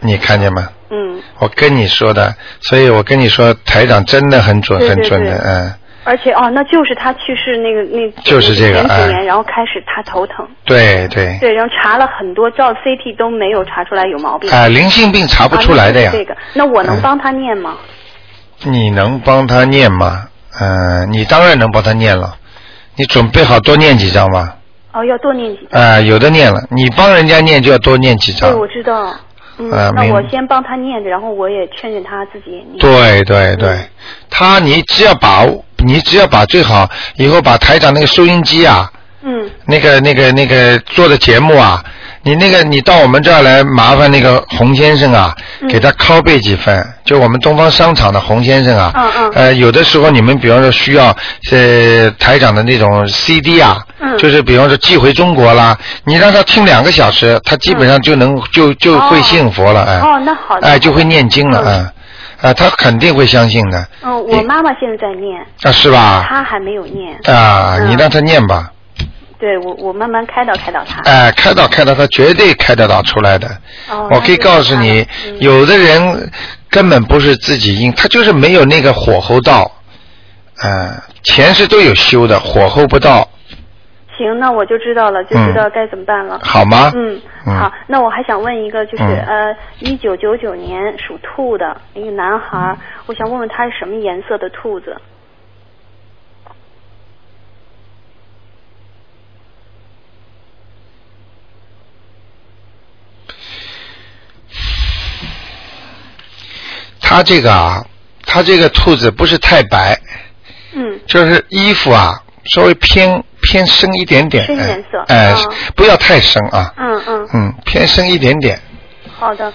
A: 你看见吗？
E: 嗯，
A: 我跟你说的，所以我跟你说，台长真的很准，
E: 对对
A: 很准的，
E: 对
A: 嗯，
E: 而且哦，那就是他去世那个那
A: 就是这个
E: 前几
A: 哎
E: 年，然后开始他头疼，
A: 对对，
E: 对，然后查了很多照 CT 都没有查出来有毛病，
A: 啊、灵性病查不出来的呀
E: 啊，那就是这个，那我能
A: 嗯
E: 帮他念吗？
A: 你能帮他念吗？嗯、你当然能帮他念了，你准备好多念几张吧？
E: 哦，要多念几张。
A: 啊、有的念了，你帮人家念就要多念几张
E: 对，，我知道。嗯，
A: 啊
E: 那
A: 明
E: 我先帮他念着，然后我也劝劝他自己也念。
A: 对对
E: 嗯
A: 对，他你只要把你只要把最好以后把台长那个收音机啊，
E: 嗯，
A: 那个那个那个做的节目啊，你那个你到我们这儿来麻烦那个洪先生啊，
E: 嗯
A: 给他拷贝几份，就我们东方商场的洪先生啊，
E: 嗯嗯
A: 呃，有的时候你们比方说需要呃台长的那种 CD 啊，
E: 嗯
A: 就是比方说寄回中国啦，你让他听两个小时，他基本上就能、就就会
E: 哦
A: 信佛了，哎、
E: 哦，那好的。
A: 哎，就会念经了，
E: 嗯
A: 嗯，啊，他肯定会相信的，
E: 嗯，我妈妈现在在念，
A: 啊，是吧？
E: 她还没有念。
A: 啊，
E: 嗯
A: 你让他念吧，
E: 对我，我慢慢开导开导他。
A: 哎，开导开导，他绝对开得到出来的。
E: 哦
A: 我可以告诉你，
E: 嗯
A: 有的人根本不是自己因，他就是没有那个火候到，嗯，前世都有修的，火候不到，
E: 行，那我就知道了，就知道该怎么办了。
A: 嗯好吗？
E: 嗯，
A: 嗯
E: 好，那我还想问一个，就是、
A: 嗯
E: 呃，一九九九年属兔的一个男孩儿，我想问问他是什么颜色的兔子？
A: 他这个啊，他这个兔子不是太白，
E: 嗯，
A: 就是衣服啊，稍微偏偏深一点点，
E: 深
A: 哎
E: 颜色
A: 哎
E: 哦，
A: 不要太深啊，
E: 嗯嗯，
A: 嗯，偏深一点点，
E: 好的，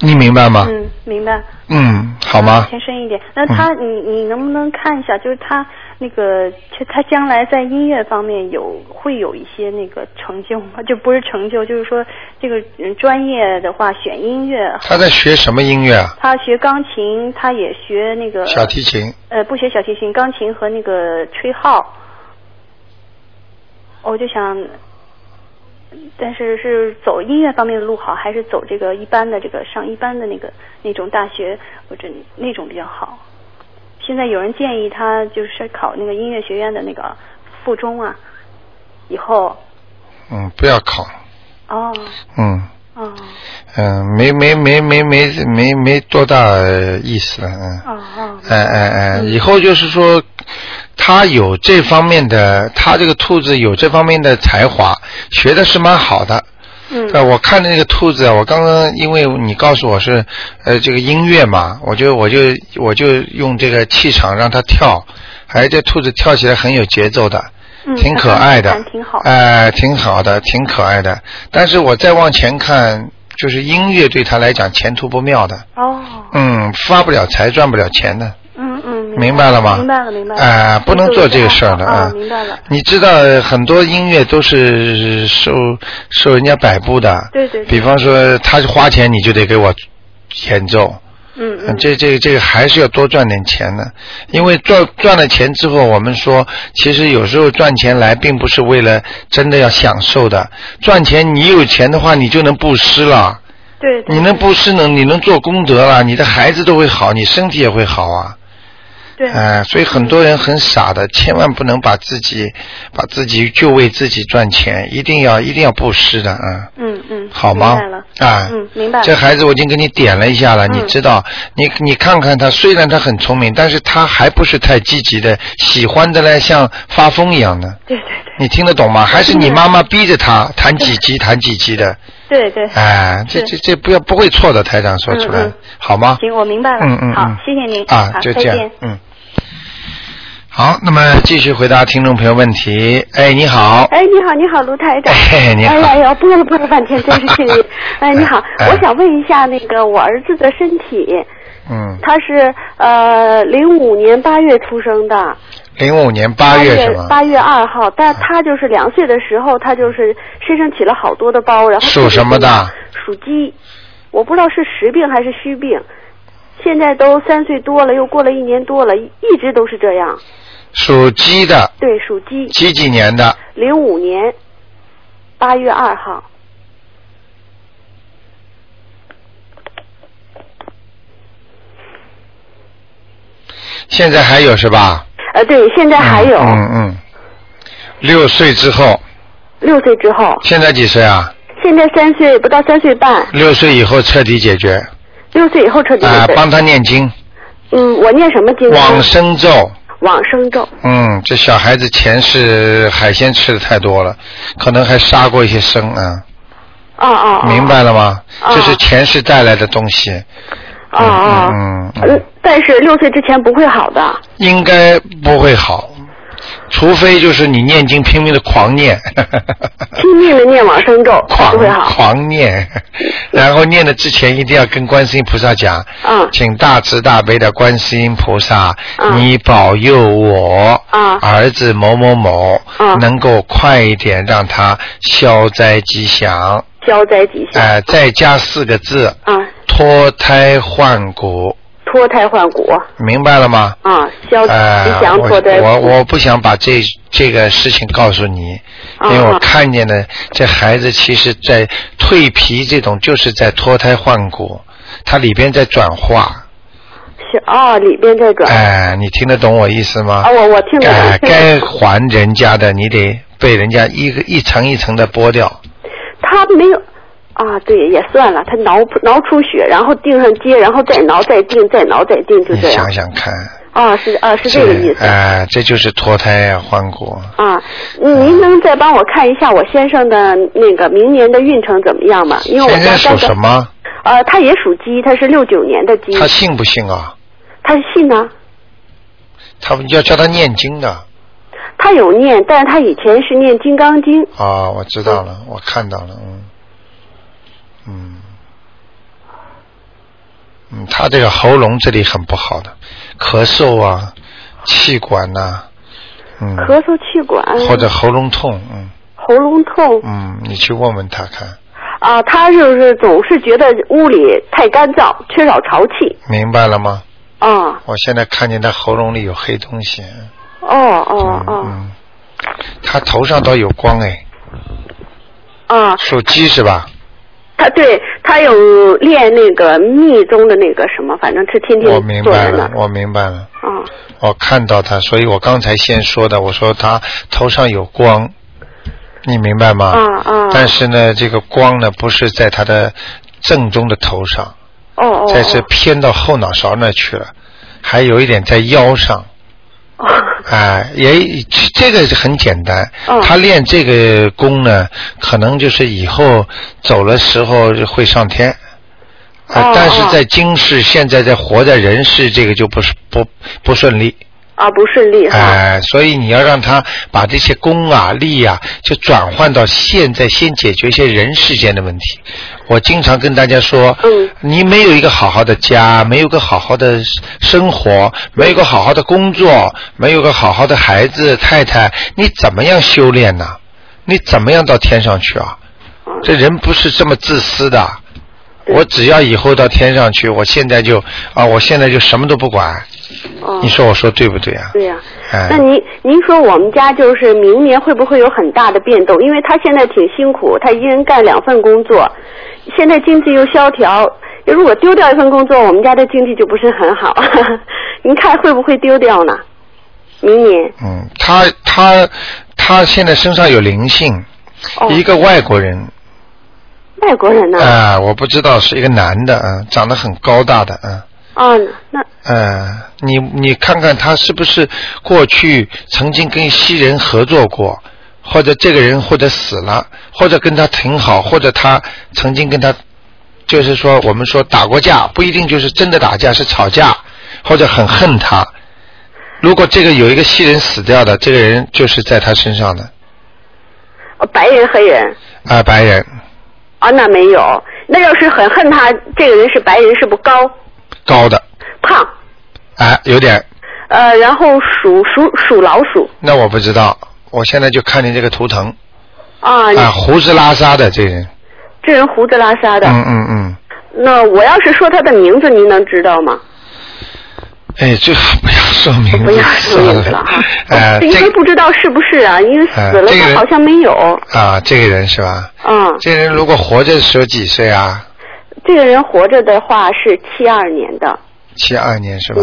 A: 你明白吗？
E: 嗯，明白。
A: 嗯，好吗？嗯
E: 前深一点。那他，你你能不能看一下，就是他那个，其实他将来在音乐方面有会有一些那个成就吗？就不是成就，就是说这个嗯专业的话，选音乐。
A: 他在学什么音乐啊？
E: 他学钢琴，他也学那个
A: 小提琴。
E: 呃，不学小提琴，钢琴和那个吹号。我就想，但是是走音乐方面的路好，还是走这个一般的这个上一般的那个那种大学或者那种比较好？现在有人建议他就是考那个音乐学院的那个附中啊，以后
A: 嗯，不要考。
E: 哦
A: 嗯
E: 哦
A: 嗯、没没没没没没没多大意思了。嗯。
E: 哦哦
A: 哎哎哎，以后就是说，他有这方面的，他这个兔子有这方面的才华，学的是蛮好的。
E: 嗯
A: 呃，我看的那个兔子啊，我刚刚因为你告诉我是，呃，这个音乐嘛，我就我就我就用这个气场让它跳，哎，这兔子跳起来很有节奏的，
E: 嗯，
A: 挺可爱的
E: 他弹得挺好的。
A: 哎、挺好的，挺可爱的。但是我再往前看，就是音乐对他来讲前途不妙的，
E: 哦，
A: 嗯，发不了财，赚不了钱的。
E: 嗯嗯，
A: 明白了吗
E: 明白了明白了。
A: 哎不能做这个事儿的
E: 啊
A: 嗯！
E: 明白了。
A: 你知道呃很多音乐都是受受人家摆布的，
E: 对对对
A: 比方说他花钱你就得给我演奏，
E: 嗯
A: 嗯
E: 嗯。
A: 这这这个还是要多赚点钱的，因为赚赚了钱之后，我们说其实有时候赚钱来并不是为了真的要享受的，赚钱你有钱的话你就能布施了，
E: 对对。
A: 你能布施能你能做功德了，你的孩子都会好，你身体也会好啊。
E: 对。
A: 哎、所以很多人很傻的，千万不能把自己把自己就为自己赚钱，一定要一定要布施的啊、
E: 嗯嗯。
A: 好吗
E: 明白了。？
A: 啊、
E: 嗯，明白了。
A: 这孩子我已经给你点了一下了，
E: 嗯
A: 你知道，你你看看他，虽然他很聪明，但是他还不是太积极的，喜欢的嘞像发疯一样的。
E: 对对
A: 你听得懂
E: 嗯
A: 吗？还是你妈妈逼着 他弹几级弹几级的？
E: 对对对。
A: 哎，这这这不要不会错的，台长说出来、
E: 嗯嗯
A: 好吗？
E: 行，我明白了。
A: 嗯嗯，
E: 好
A: 嗯，
E: 谢谢您。
A: 啊，
E: 好，
A: 就
E: 再
A: 这样
E: 见。，
A: 嗯。好，那么继续回答听众朋友问题。哎，你好，
F: 哎，你好，你好，卢台长。
A: 哎你好。
F: 哎呀呀，播了播了半天，真是幸运哎，你好，
A: 哎
F: 我想问一下那个我儿子的身体，
A: 嗯，
F: 他是呃零五年八月出生的，
A: 零五年八月什么？
F: 八月二号，但他就是两岁的时候，他就是身上起了好多的包，然后
A: 属什么的？
F: 属鸡，我不知道是实病还是虚病，现在都三岁多了，又过了一年多了，一直都是这样。
A: 属鸡的，
F: 对，属鸡，
A: 几几年的？
F: 零五年八月二号。
A: 现在还有是吧？
F: 呃，对，现在还有
A: 嗯嗯。六岁之后，
F: 六岁之后，
A: 现在几岁啊？
F: 现在三岁不到三岁半，
A: 六岁以后彻底解决
F: 六岁以后彻底
A: 啊、
F: 解决。
A: 帮他念经，
F: 嗯，我念什么经呢？
A: 往生咒。
F: 往生咒。
A: 嗯，这小孩子前世海鲜吃的太多了，可能还杀过一些生啊。
F: 哦哦哦。
A: 明白了吗？
F: 啊
A: 这是前世带来的东西，
F: 哦
A: 嗯
F: 哦。
A: 嗯嗯
F: 嗯，但是六岁之前不会好的。
A: 应该不会好，除非就是你念经拼命的狂念，
F: 拼命的念往生咒才
A: 狂
F: 不会好。
A: 狂念，然后念的之前一定要跟观世音菩萨讲，
F: 嗯
A: 请大慈大悲的观世音菩萨，
F: 嗯
A: 你保佑我、
F: 嗯
A: 儿子某某某、
F: 嗯
A: 能够快一点让他消灾吉祥，
F: 消灾吉祥。
A: 哎、再加四个字，
F: 啊，
A: 脱胎换骨，
F: 脱胎换骨。
A: 明白了吗？
F: 啊，消吉
A: 呃，
F: 祥脱胎。
A: 我我我不想把这这个事情告诉你，因为我
F: 啊
A: 看见的这孩子其实在蜕皮这种，就是在脱胎换骨，它里边在转化。
F: 是哦，里边这个。
A: 哎、你听得懂我意思吗？
F: 啊，我我听得懂
A: 哎
F: 听得懂。
A: 该还人家的，你得被人家一个一层一层的剥掉。
F: 他没有啊，对，也算了，他挠挠出血，然后钉上接，然后再挠再钉，再挠再钉，就
A: 你
F: 这样
A: 想。想看，
F: 啊，是啊，是这个意思。
A: 哎、这就是脱胎换骨。
F: 啊，您能再帮我看一下我先生的那个明年的运程怎么样吗？因为我
A: 先
F: 家
A: 生属
F: 刚
A: 什
F: 刚
A: 么？
F: 呃，他也属鸡，他是六九年的鸡，
A: 他信不信啊？
F: 他信呢，
A: 他们要叫他念经的。
F: 他有念，但是他以前是念《金刚经》
A: 啊，我知道了，我看到了，嗯，嗯，嗯，他这个喉咙这里很不好的，咳嗽啊，气管呐、嗯，
F: 咳嗽气管
A: 或者喉咙痛，嗯
F: 喉咙痛
A: 嗯，你去问问他看，
F: 啊，他就是总是觉得屋里太干燥，缺少潮气
A: 明白了吗？
F: 啊。
A: 我现在看见他喉咙里有黑东西，
F: 哦哦哦
A: 嗯，他头上倒有光哎，
F: 啊，
A: 属鸡是吧？
F: 他对他有练那个密宗的那个什么，反正是天
A: 我
F: 天
A: 明
F: 做
A: 白
F: 着
A: 了
F: 呢，。
A: 我明白了，
F: 啊
A: 我哦看到他，所以我刚才先说的，我说他头上有光，你明白吗？
F: 啊啊！
A: 但是呢，这个光呢不是在他的正中的头上，
F: 哦哦，
A: 但是偏到后脑勺那去了，还有一点在腰上。
F: 哦
A: 哎，也这个很简单，
F: 嗯
A: 他练这个功呢，可能就是以后走的时候就会上天，啊、
F: 哦
A: 但是在今世现在在活在人世，这个就不是不不顺利，
F: 啊，不顺利哈。
A: 哎、所以你要让他把这些功啊力啊，就转换到现在，先解决一些人世间的问题。我经常跟大家说，
F: 嗯
A: 你没有一个好好的家，没有个好好的生活，没有个好好的工作，没有个好好的孩子太太，你怎么样修炼呢？你怎么样到天上去啊？这人不是这么自私的。我只要以后到天上去，我现在就啊，我现在就什么都不管。
F: 哦
A: 你，说我说对不对啊？
F: 对呀、
A: 哎
F: 那您您说我们家就是明年会不会有很大的变动？因为他现在挺辛苦，他一人干两份工作，现在经济又萧条，如果丢掉一份工作，我们家的经济就不是很好。 您看会不会丢掉呢？明年
A: 嗯，他他他现在身上有灵性，
F: 哦，
A: 一个外国人
F: 外国人呢？
A: 啊、我不知道是一个男的啊、长得很高大的啊。
F: 啊，那
A: 嗯，你你看看他是不是过去曾经跟西人合作过，或者这个人或者死了，或者跟他挺好，或者他曾经跟他，就是说我们说打过架，不一定就是真的打架，是吵架，或者很恨他。如果这个有一个西人死掉的，这个人就是在他身上的
F: 哦白人黑人
A: 啊、白人
F: 啊，那没有。那要是很恨他，这个人是白人，是不高
A: 高的，
F: 胖，
A: 哎、有点，
F: 呃，然后属属属老鼠
A: 那我不知道，我现在就看见这个图腾
F: 啊，
A: 啊、
F: 你
A: 胡子拉碴的这人，
F: 这人胡子拉碴的。
A: 嗯嗯嗯，
F: 那我要是说他的名字，您能知道吗？
A: 哎，这个不要说名字，
F: 不要说 名字了啊
A: 算
F: 哈。
A: 哎，
F: 因
A: 这
F: 为
A: 个
F: 不知道是不是啊，因为
A: 哎
F: 死了
A: 这个人
F: 他好像没有。
A: 啊，这个人是吧？
F: 嗯，
A: 这人如果活着的时候几岁啊？
F: 这个人活着的话是七二年的，
A: 七二年是吧啊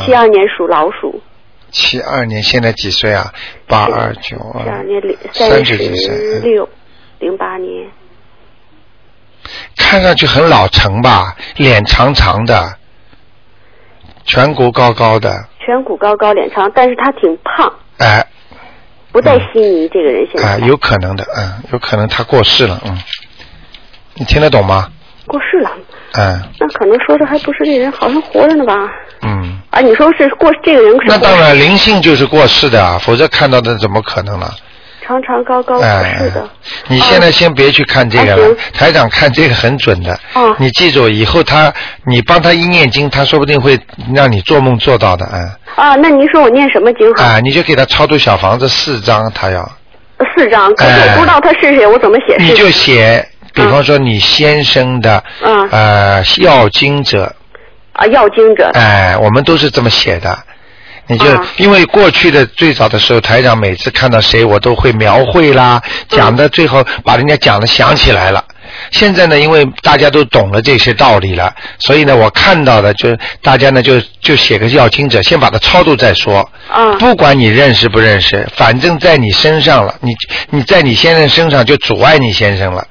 F: 嗯？，七二年属老鼠，
A: 七二年现在几岁啊？八二九
F: 七二
A: 二，
F: 年零
A: 三十几
F: 十
A: 岁，嗯
F: 六，零八年。
A: 看上去很老成吧？脸长长的，颧骨高高的，
F: 颧骨高高，脸长，但是他挺胖，
A: 哎
F: 不在悉尼。这个人现
A: 哎，
F: 在
A: 有可能的，嗯，有可能他过世了，嗯，你听得懂吗？
F: 过世了，
A: 嗯
F: 那可能说的还不是这人，好像活着呢吧？
A: 嗯。
F: 啊，你说是过这个人是
A: 那
F: 过
A: 当然，灵性就是过世的啊，否则看到的怎么可能呢？
F: 长长高高，
A: 哎，
F: 是的。
A: 你现在先别去看这个了，
F: 啊行
A: 台长看这个很准的。
F: 哦
A: 你记住，以后他你帮他一念经，他说不定会让你做梦做到的啊、
F: 啊，那您说我念什么经好？
A: 啊！你就给他超度小房子四张，他要
F: 四张，可是
A: 哎
F: 我不知道他是谁，我怎么写
A: 你
F: 是
A: 就写，比方说你先生的、
F: 嗯
A: 呃要经者，
F: 啊，要经者
A: 哎，我们都是这么写的。你就、
F: 啊
A: 因为过去的最早的时候，台长每次看到谁，我都会描绘啦，
F: 嗯
A: 讲的最后把人家讲的想起来了。现在呢，因为大家都懂了这些道理了，所以呢，我看到的就大家呢就就写个要经者，先把它超度再说。
F: 啊
A: 哎不管你认识不认识，反正在你身上了，你你在你先生身上就阻碍你先生了，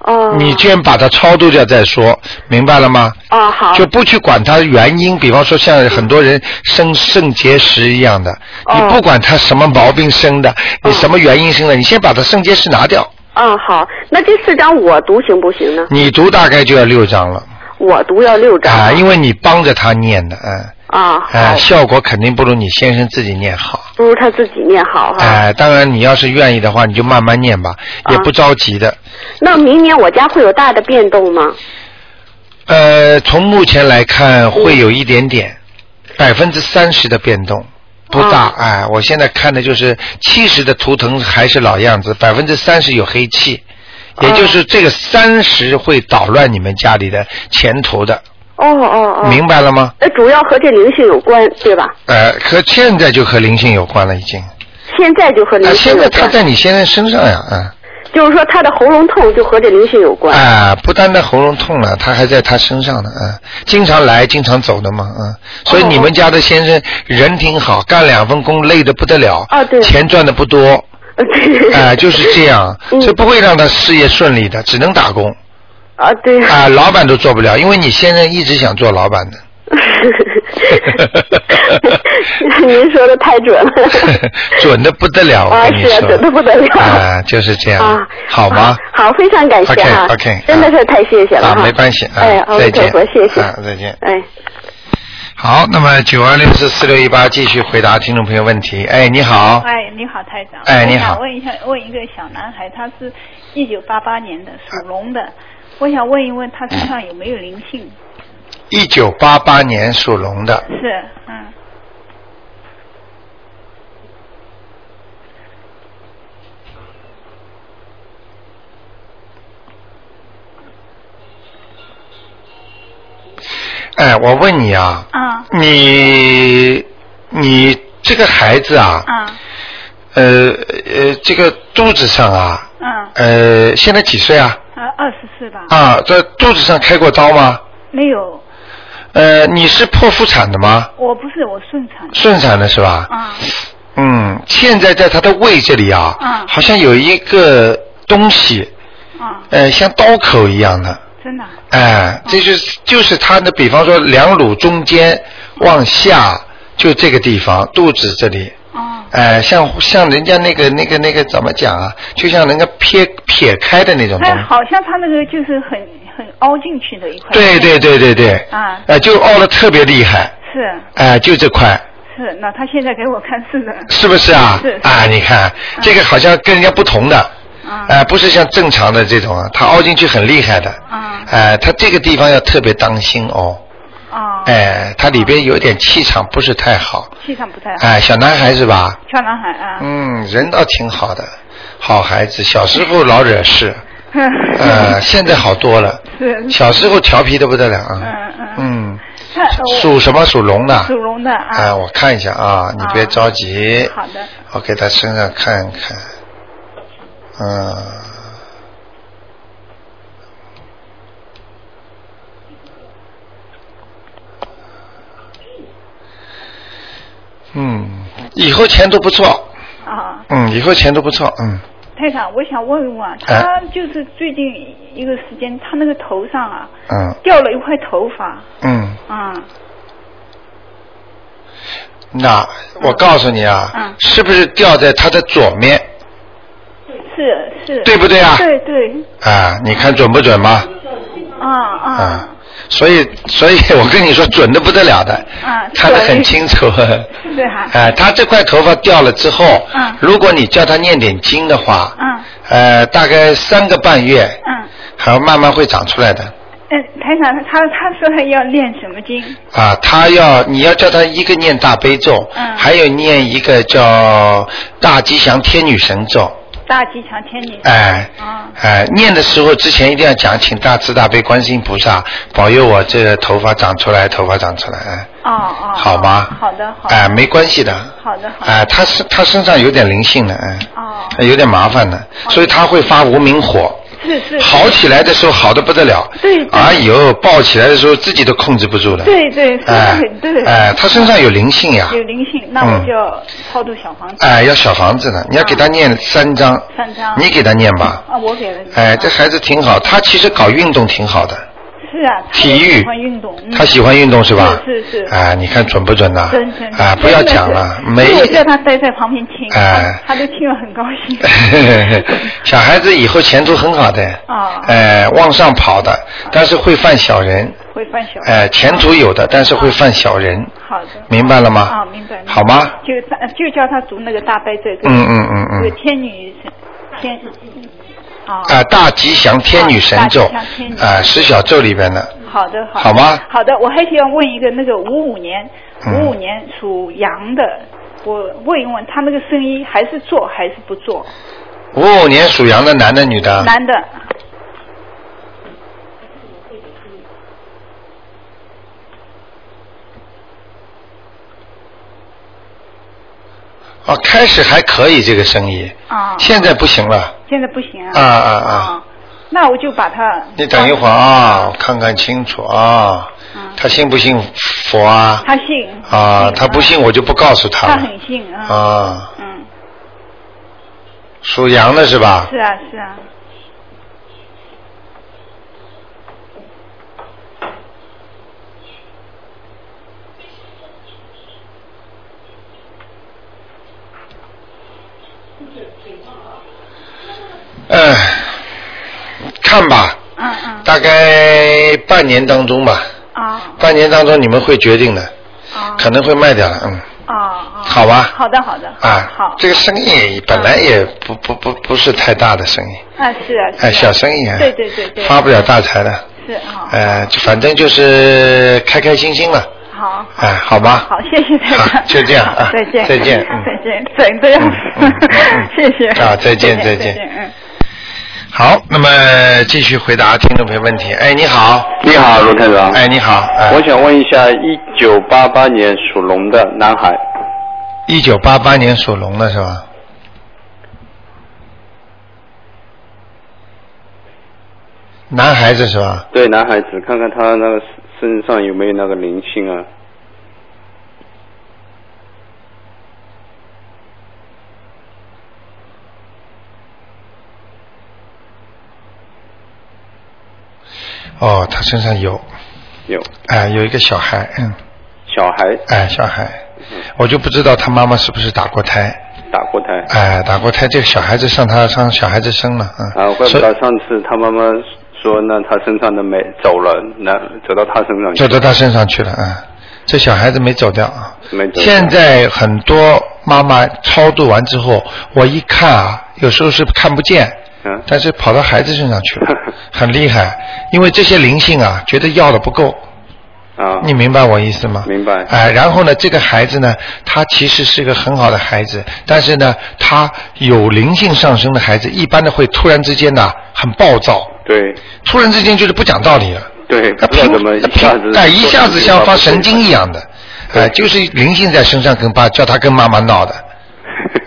F: 哦，
A: 你先把它超度掉再说，明白了吗？
F: 啊好
A: 就不去管它原因，比方说像很多人生肾结石一样的，
F: 哦
A: 你不管他什么毛病生的，你什么原因生的，你先把他肾结石拿掉，
F: 啊好，那这四张我读行不行呢？
A: 你读大概就要六章了
F: 我读要六张
A: 啊，因为你帮着他念的，嗯、
F: 啊
A: 哎、
F: 哦好，
A: 效果肯定不如你先生自己念好。
F: 不如他自己念好哈。
A: 哎、当然你要是愿意的话，你就慢慢念吧，也
F: 啊
A: 不着急的。
F: 那明年我家会有大的变动吗？
A: 呃，从目前来看会有一点点，百分之三十的变动。不大
F: 哦
A: 哎，我现在看的就是七十的图腾还是老样子，百分之三十有黑气，也
F: 哦
A: 就是这个三十会捣乱你们家里的前途的，
F: 哦哦哦，
A: 明白了吗？
F: 那主要和这灵性有关，对吧？
A: 呃，和现在就和灵性有关了，已经。
F: 现在就和灵
A: 啊，
F: 性
A: 现在
F: 有
A: 他
F: 关，
A: 在你现在身上呀，啊、
F: 就是说他的喉咙痛就和这灵性有关。
A: 啊，不单单喉咙痛了，他还在他身上呢，啊，经常来，经常走的嘛，啊，所以你们家的先生人挺好，干两份工累得不得了，
F: 啊对
A: 钱赚的不 多，
F: 呃对
A: 啊、就是这样，
F: 嗯
A: 这不会让他事业顺利的，只能打工，
F: 啊，对。
A: 啊、老板都做不了，因为你先生一直想做老 板的，
F: 您说的太 准了。
A: 准的不得了，我
F: 啊
A: 跟你
F: 是啊
A: 说，
F: 准得不得了
A: 啊、就是这样，
F: 啊，
A: 好吗？
F: 好，非常感谢哈
A: OK，OK，
F: 真的是太谢谢了
A: 啊
F: 哈，
A: 没关系啊
F: 哎，阿弥
A: 再
F: 陀
A: 见
F: 佛，谢谢
A: 啊，再见
F: 哎，
A: 好，那么九二六四四六一八继续回答听众朋友问题。哎，你好，
C: 哎，你好，台长。
A: 哎
C: 我
A: 你
C: 想
A: 好
C: 问一下，问一个小男孩，他是一九八八年的，属龙的。我想问一问他身上有没有灵性？
A: 一九八八年属龙的，
C: 是，嗯，
A: 哎，我问你啊，
C: 啊，
A: 你你这个孩子啊，
C: 啊，
A: 呃呃，这个肚子上啊，
C: 嗯，
A: 呃，现在几岁啊？
C: 呃，二十四吧？
A: 啊，这肚子上开过刀吗？
C: 没有，
A: 呃，你是剖腹产的吗？
C: 我不是，我顺产的。
A: 顺产的是吧？
C: 啊，
A: 嗯，现在在他的胃这里啊，
C: 嗯
A: 好像有一个东西，
C: 啊，
A: 呃，像刀口一样的。
C: 真的啊，
A: 哎，这就是就是他的，比方说两乳中间往下，就这个地方，肚子这里，
C: 哦，
A: 哎，像像人家那个那个那个怎么讲啊？就像人家撇撇开的那种东
C: 哎，
A: 西。
C: 好像他那个就是很很凹进去的一块。
A: 对对对对对。
C: 啊
A: 哎，就凹的特别厉害，
C: 是
A: 哎，就这块，
C: 是，那他现在给我看是的。
A: 是不是啊？
C: 是是嗯
A: 啊，你看这个好像跟人家不同的。
C: 啊
A: 哎，不是像正常的这种啊，它凹进去很厉害的。
C: 啊
A: 哎，它这个地方要特别当心哦。
C: 啊，，
A: 哎，他里边有点气场不是太好，
C: 气场不太好。
A: 哎，小男孩是吧？
C: 小男孩啊。
A: 嗯，人倒挺好的，好孩子，小时候老惹 事，呃，现在好多了，
C: 是
A: 小时候调皮的不得了啊
C: 嗯，嗯，
A: 嗯，
C: 他我
A: 属什么？属龙的，
C: 属龙的
A: 哎，
C: 啊，
A: 我看一下啊，你别着急，
C: 好的，
A: 我给他身上看看，嗯。嗯，以后前途不错，
C: 啊，
A: 嗯，以后前途不错，嗯，
C: 太长，我想问问啊，
A: 哎
C: 他就是最近一个时间，他那个头上啊
A: 嗯，
C: 掉了一块头发
A: 嗯，
C: 啊，
A: 那我告诉你啊，
C: 嗯
A: 是不是掉在他的左面
C: 是是，
A: 对不对啊
C: 对对，
A: 啊？你看准不准嘛？
C: 啊
A: 啊
C: 啊，，
A: 所以所以 我跟你说准的不得了的，
C: 啊
A: 看得很清楚。
C: 是的哈
A: 啊，他这块头发掉了之后，
C: 嗯
A: 如果你叫他念点经的话，
C: 嗯
A: 呃，大概三个半月，
C: 嗯，
A: 还慢慢会长出来的。
C: 嗯，台长他他说他要练什么经？
A: 啊，他要你要叫他一个念大悲咒，
C: 嗯
A: 还有念一个叫大吉祥天女神咒，
C: 大吉祥天女。
A: 哎、
C: 啊
A: 哎，念的时候之前一定要讲，请大慈大悲观世音菩萨保佑我这头发长出来，头发长出来，哎。
C: 哦哦，
A: 好吗？
C: 好的好的。
A: 哎、没关系的。
C: 好的好的
A: 哎、他身他身上有点灵性的，哎、
C: 哦
A: 有点麻烦的，所以他会发无名火。
C: 是是。
A: 好起来的时候好的不得了，
C: 对对
A: 哎呦，爆起来的时候自己都控制不住了，
C: 对对说得
A: 哎
C: 很对
A: 哎，他身上有灵性呀，
C: 有灵性，那我
A: 嗯
C: 就要超度小房子。
A: 哎，要小房子的，你要给他念三张，
C: 三张
A: 哎你给他念吧，
C: 啊，我给了你。
A: 哎，这孩子挺好，他其实搞运动挺好的，
C: 是啊，他
A: 体育
C: 喜欢运动，嗯、
A: 他喜欢运动是吧？
C: 是是是
A: 啊，你看准不准呐？
C: 真真
A: 啊，不要讲了，没
C: 所以我叫他待在旁边听，
A: 哎。
C: 他他都听了很高兴
A: 小孩子以后前途很好的，
C: 啊
A: 哎，往上跑的，但是会犯小人，
C: 会犯小。啊
A: 哎，前途有的，但是会犯小人，
C: 好的。
A: 明白了吗？
C: 啊，明白。明白
A: 好吗？
C: 就他就叫他读那个大悲咒。跟
A: 嗯嗯嗯嗯
C: 这个天女神天。啊。
A: 啊，大吉祥天女神咒
C: 大吉祥天，女
A: 啊，十小咒里边的，
G: 好的，好的。
A: 好吧
G: 好的，我还想问一个那个五五年，
A: 嗯
G: 五五年属羊的，我问一问他那个生意还是做还是不做？
A: 五五年属羊的男的女的？
G: 男的，
A: 哦，开始还可以这个生意，
G: 啊，
A: 现在不行了。
G: 现在不行
A: 啊
G: 啊。
A: 啊啊！
G: 啊，那我就把他。
A: 你等一会儿啊，我看看清楚啊，他信不信佛啊？
G: 嗯他信。
A: 啊，
G: 信
A: 他不信我就不告诉
G: 他
A: 他了。
G: 很信啊。
A: 啊，
G: 嗯，
A: 属羊的是吧？
G: 是啊，是啊。
A: 嗯，看吧，
G: 嗯嗯
A: 大概半年当中吧，
G: 啊
A: 半年当中你们会决定的，
G: 啊
A: 可能会卖掉了，嗯。
G: 啊啊！
A: 好吧
G: 好的好的
A: 啊，
G: 好
A: 这个生意本来也不不不不是太大的生意，
G: 啊是啊是
A: 哎，
G: 啊
A: 小生意啊，
G: 对对对对
A: 发不了大财的，
G: 是啊
A: 呃，就反正就是开开心心了，
G: 好
A: 哎，好吧，
G: 好谢谢大
A: 好
G: 家
A: 就这样啊
G: 再见
A: 再见 嗯
G: 再见真的要
A: 嗯嗯嗯
G: 谢谢
A: 啊再见再
G: 再
A: 见
G: 嗯。
A: 好，那么继续回答听众朋友问题，哎，你好，
H: 你好，卢台长。
A: 哎，你好，
H: 我
A: 哎，
H: 想问一下，一九八八年属龙的男孩，
A: 一九八八年属龙的是吧？男孩子是吧？
H: 对男孩子，看看他那个身上有没有那个灵性啊？
A: 哦，他身上有，
H: 有，
A: 哎，有一个小孩，嗯，
H: 小孩
A: 哎，小孩，我就不知道他妈妈是不是打过胎，
H: 打过胎。
A: 哎，打过胎，这个小孩子上他上小孩子生了，嗯，
H: 啊，怪不
A: 所以
H: 得上次他妈妈说那他身上的没走了，那走到他身上去
A: 走到他身上去了，嗯，这小孩子没走掉啊。
H: 没走。
A: 现在很多妈妈超度完之后，我一看啊，有时候是看不见，
H: 嗯
A: 但是跑到孩子身上去 了，很厉害，因为这些灵性啊，觉得要的不够，
H: 啊，
A: 你明白我意思吗？
H: 明白
A: 哎，然后呢，这个孩子呢，他其实是个很好的孩子，但是呢，他有灵性上升的孩子，一般的会突然之间呢很暴躁，
H: 对
A: 突然之间就是不讲道理了。
H: 对，
A: 他
H: 不知道
A: 凭
H: 怎么一下子
A: 哎一下子像发神经一样的，
H: 对
A: 哎，就是灵性在身上跟爸叫他跟妈妈闹的，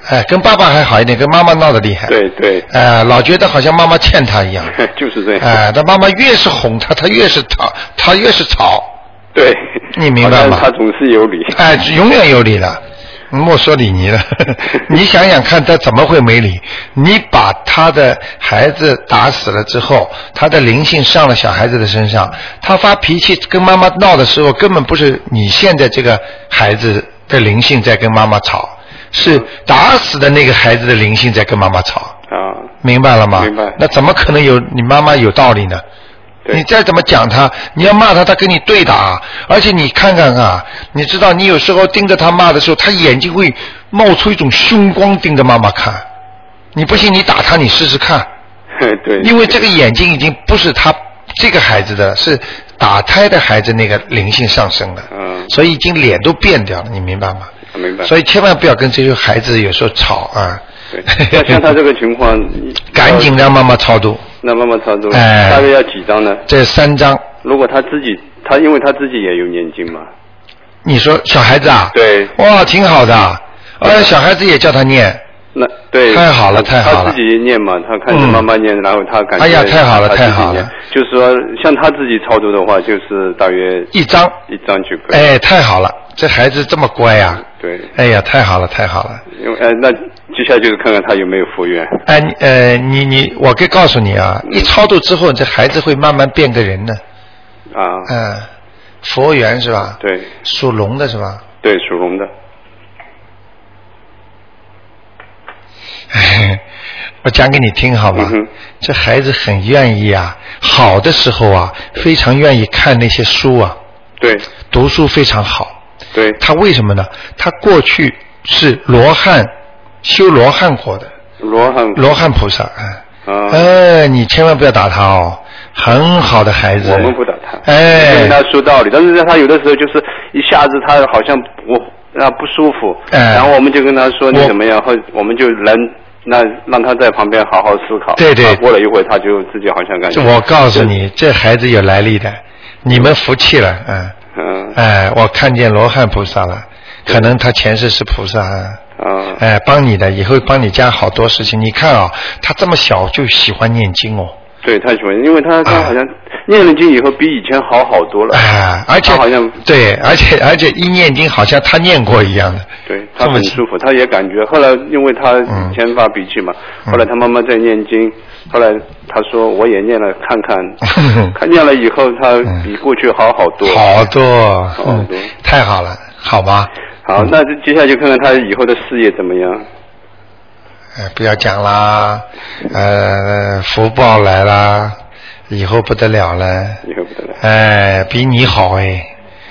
A: 哎，跟爸爸还好一点，跟妈妈闹得厉害。
H: 对对，
A: 哎，老觉得好像妈妈欠他一样。
H: 就是这样。
A: 哎，他妈妈越是哄他，他越是吵，他越是吵。
H: 对，
A: 你明白
H: 好像
A: 吗
H: 他总是有理。
A: 哎，永远有理了，莫说理你了。你想想看，他怎么会没理？你把他的孩子打死了之后，他的灵性上了小孩子的身上，他发脾气跟妈妈闹的时候，根本不是你现在这个孩子的灵性在跟妈妈吵，是打死的那个孩子的灵性在跟妈妈吵，
H: 啊，
A: 明白了吗？
H: 明白
A: 那怎么可能有你妈妈有道理呢？
H: 对
A: 你再怎么讲他，你要骂他，他跟你对打，而且你看看啊，你知道你有时候盯着他骂的时候，他眼睛会冒出一种凶光盯着妈妈看。你不信，你打他，你试试看，
H: 对，
A: 因为这个眼睛已经不是他这个孩子的，是打胎的孩子那个灵性上升了，
H: 嗯
A: 所以已经脸都变掉了，你明白吗？
H: 明白。
A: 所以千万不要跟这些孩子有时候吵啊，，
H: 对，那像他这个情况
A: 赶紧让妈妈超度，
H: 那慢慢操作，
A: 哎
H: 大概要几张呢？
A: 这三张。
H: 如果他自己，他因为他自己也有念经嘛，
A: 你说小孩子啊？
H: 对
A: 哇，挺好的。呃，小孩子也叫他念。
H: 那对，
A: 太好了
H: 他
A: 太好了
H: 他自己念嘛，他看着
A: 嗯
H: 妈妈念，然后他感觉
A: 哎呀太好了
H: 他自己
A: 太好
H: 念
A: 了
H: 就是说，像他自己操作的话，就是大约
A: 一张
H: 一张就可以。
A: 哎，太好了，这孩子这么乖呀、
H: 对，
A: 哎呀，太好了，太好了。
H: 因为呃，那接下来就是看看他有没有佛缘。
A: 哎，你呃，你你，我可以告诉你啊，
H: 嗯
A: 一超度之后，这孩子会慢慢变个人的。
H: 啊，
A: 嗯，佛缘是吧？。
H: 对
A: 属龙的是吧？
H: 对，属龙的，
A: 我讲给你听好吗
H: 嗯？哼
A: 这孩子很愿意啊，好的时候啊，非常愿意看那些书啊，
H: 对
A: 读书非常好。
H: 对
A: 他为什么呢？他过去是罗汉修罗汉果的
H: 罗汉
A: 罗汉菩萨，哎
H: 嗯啊
A: 哎，你千万不要打他哦，很好的孩子
H: 我。们不打他，
A: 哎
H: 跟他说道理，但是他有的时候就是一下子他好像我那不舒服，
A: 哎
H: 然后我们就跟他说你
A: 我
H: 怎么样，后我们就能那让他在旁边好好思考，
A: 对对
H: 啊过了一会儿他就自己好像感觉，
A: 我告诉你，这孩子有来历的，你们服气了，嗯，
H: 嗯
A: 哎，我看见罗汉菩萨了，可能他前世是菩萨。
H: 嗯，
A: 哎，帮你的，以后帮你家好多事情。你看啊、他这么小就喜欢念经哦，
H: 对，他喜欢，因为他他好像念了经以后比以前好好多了，
A: 啊哎，而且
H: 他好像
A: 对，而且而且一念经好像他念过一样的，
H: 对他
A: 这么
H: 很
A: 奇
H: 舒服，他也感觉。后来因为他以前发脾气嘛，
A: 嗯
H: 后来他妈妈在念经，后来他说我也念了看 看，看念了以后他比过去好好多。
A: 嗯好多，
H: 好
A: 嗯
H: 多，
A: 太好了，好吧，
H: 好，那就接下来就看看他以后的事业怎么 样。
A: 哎，不要讲啦，呃，福报来啦，以后不得了了，
H: 以后不得了，
A: 哎，比你好哎，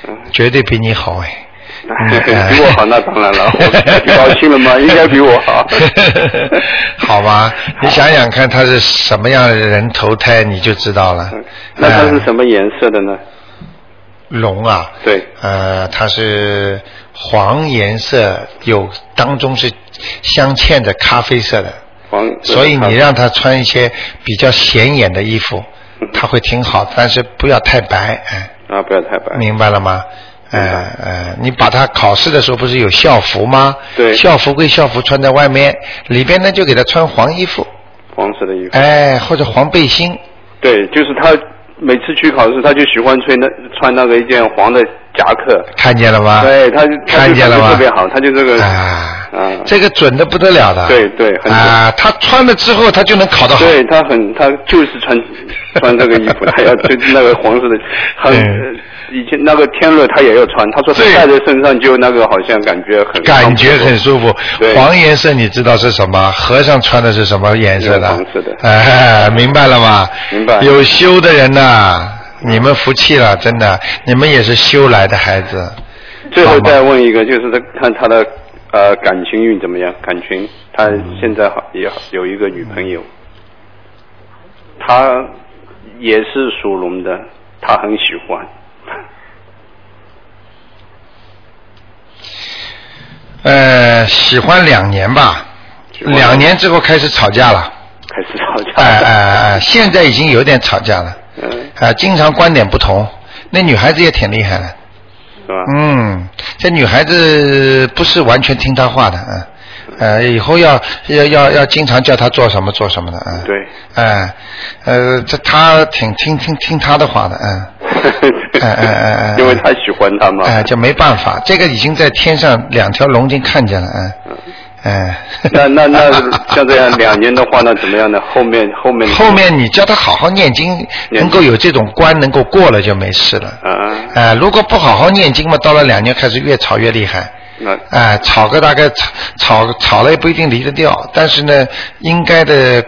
H: 嗯
A: 绝对比你好哎。
H: 比我好那当然了，我比高兴 了嘛，应该比我好。
A: 好吧，你想想看他是什么样的人投胎，你就知道了。
H: 嗯
A: 哎
H: 那他是
A: 么
H: 什么颜色的呢？
A: 龙啊？
H: 对，
A: 呃，它是黄颜色，有当中是镶嵌着咖啡色的，
H: 黄。
A: 所以你让他穿一些比较显眼的衣服，
H: 嗯
A: 他会挺好，但是不要太白，哎、
H: 啊，不要太白。
A: 明白了吗？呃
H: 明白
A: 呃，你把他考试的时候不是有校服吗？
H: 对
A: 校服归校服，穿在外面，里边呢就给他穿黄衣服，
H: 黄色的衣服。
A: 哎，或者黄背心，
H: 对，就是他每次去考试，他就喜欢穿那穿那个一件黄的夹克。
A: 看见了吗？
H: 对，他就
A: 啊看见了
H: 他
A: 吗？
H: 就特别好，他就这个
A: 啊，
H: 啊
A: 这个准的不得了的。
H: 对对很准
A: 啊，他穿了之后，他就能考得好。
H: 对他很，他就是穿穿这个衣服，他要就是那个黄色的，很、
A: 嗯
H: 以前那个天热他也要穿，他说他
A: 对
H: 戴在身上就那个好像感觉很
A: 感觉很舒服
H: 对。
A: 黄颜色你知道是什么？和尚穿的是什么颜色的？
H: 是黄色的
A: 哎，明白了吗？
H: 明白
A: 有修的人呐、你们服气了，真的，你们也是修来的孩子。
H: 最后
A: 好吧
H: 再问一个，就是他看他的呃感情运怎么样？感情，他现在好也好有一个女朋友，他也是属龙的，他很喜欢。
A: 呃，喜欢两年吧，
H: 喜欢啊
A: 两年之后开始吵 架了。
H: 开始吵架。
A: 哎哎哎，现在已经有点吵架了。
H: 嗯，
A: 啊，经常观点不同，那女孩子也挺厉害的。
H: 是吧？
A: 嗯，这女孩子不是完全听他话的，嗯，呃，以后要要要要经常叫他做什么做什么的，嗯，
H: 对，
A: 哎、呃，这他挺听听听他的话的， 嗯。哎哎哎哎
H: 因为他喜欢他嘛。
A: 哎、这没办法，这个已经在天上两条龙已经看见了，嗯，哎、
H: 那那那像这样两年的话，那怎么样呢？后面后面
A: 后面你叫他好好念经，
H: 经
A: 能够有这种关能够过了就没事了。
H: 啊，
A: 哎、如果不好好念经嘛，到了两年开始越吵越厉害。
H: 那
A: 哎、吵个大概吵吵吵了也不一定离得掉，但是呢，应该的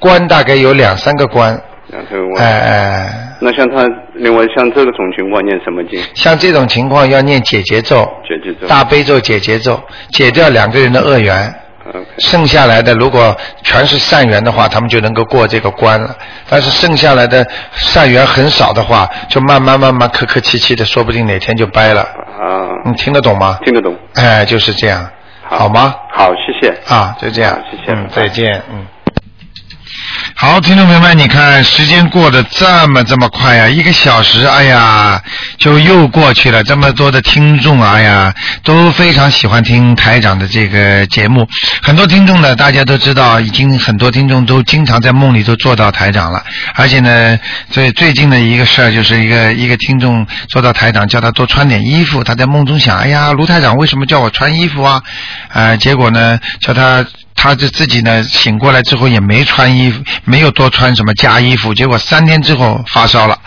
A: 关大概有两三个关。
H: 两头
A: 哎、
H: 问。
A: 哎、
H: 那像他，另外像这种情况念什么经？
A: 像这种情况要念解结咒、
H: 姐姐咒。
A: 大悲咒、解结咒，解掉两个人的恶缘。
H: OK。
A: 剩下来的如果全是善缘的话，他们就能够过这个关了。但是剩下来的善缘很少的话，就慢慢慢慢客客气气的，说不定哪天就掰了。
H: 啊，
A: 你听得懂吗？
H: 听得懂。
A: 哎、就是这样，
H: 好
A: 嗯好吗？
H: 好，谢谢。
A: 啊，就这样
H: 好，谢谢
A: 嗯，再见，嗯。好，听众朋友们，你看时间过得这么这么快呀、一个小时，哎呀，就又过去了。这么多的听众，哎呀，都非常喜欢听台长的这个节目。很多听众呢，大家都知道，已经很多听众都经常在梦里都做到台长了。而且呢，最最近的一个事儿，就是一个一个听众做到台长，叫他多穿点衣服。他在梦中想，哎呀，卢台长为什么叫我穿衣服啊？啊、结果呢，叫他他就自己呢醒过来之后也没穿衣服，没有多穿什么加衣服，结果三天之后发烧了，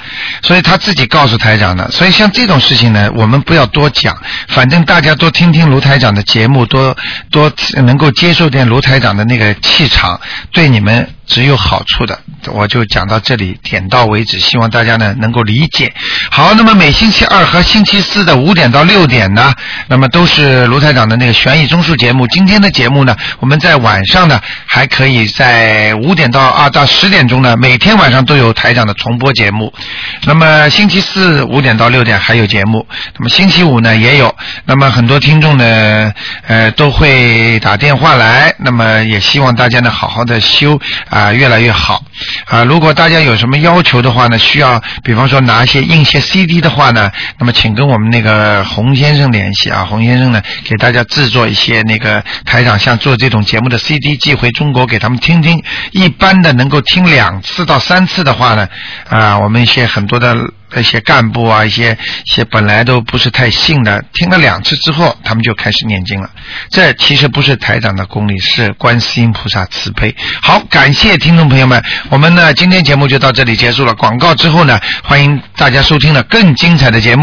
A: 所以他自己告诉台长的。所以像这种事情呢，我们不要多讲，反正大家多听听卢台长的节目，多多能够接受点卢台长的那个气场，对你们只有好处的。我就讲到这里，点到为止，希望大家呢能够理解。好，那么每星期二和星期四的五点到六点呢，那么都是卢台长的那个悬疑综述节目。今天的节目呢，我们在晚上呢还可以在五点到二到十点钟呢，每天晚上都有台长的重播节目。那么星期四五点到六点还有节目，那么星期五呢也有。那么很多听众呢，呃，都会打电话来，那么也希望大家呢好好的修啊、越来越好啊、如果大家有什么要求的话呢，需要比方说拿一些印一些 CD 的话呢，那么请跟我们那个洪先生联系啊，洪先生呢给大家制作一些那个台长像做这种节目的 CD 寄回中国给他们听听。一般的能够听两次到三次的话呢，啊，我们一些很多的一些干部啊，一些一些本来都不是太信的，听了两次之后，他们就开始念经了。这其实不是台长的功力，是观世音菩萨慈悲。好，感谢听众朋友们，我们呢今天节目就到这里结束了。广告之后呢，欢迎大家收听了更精彩的节目。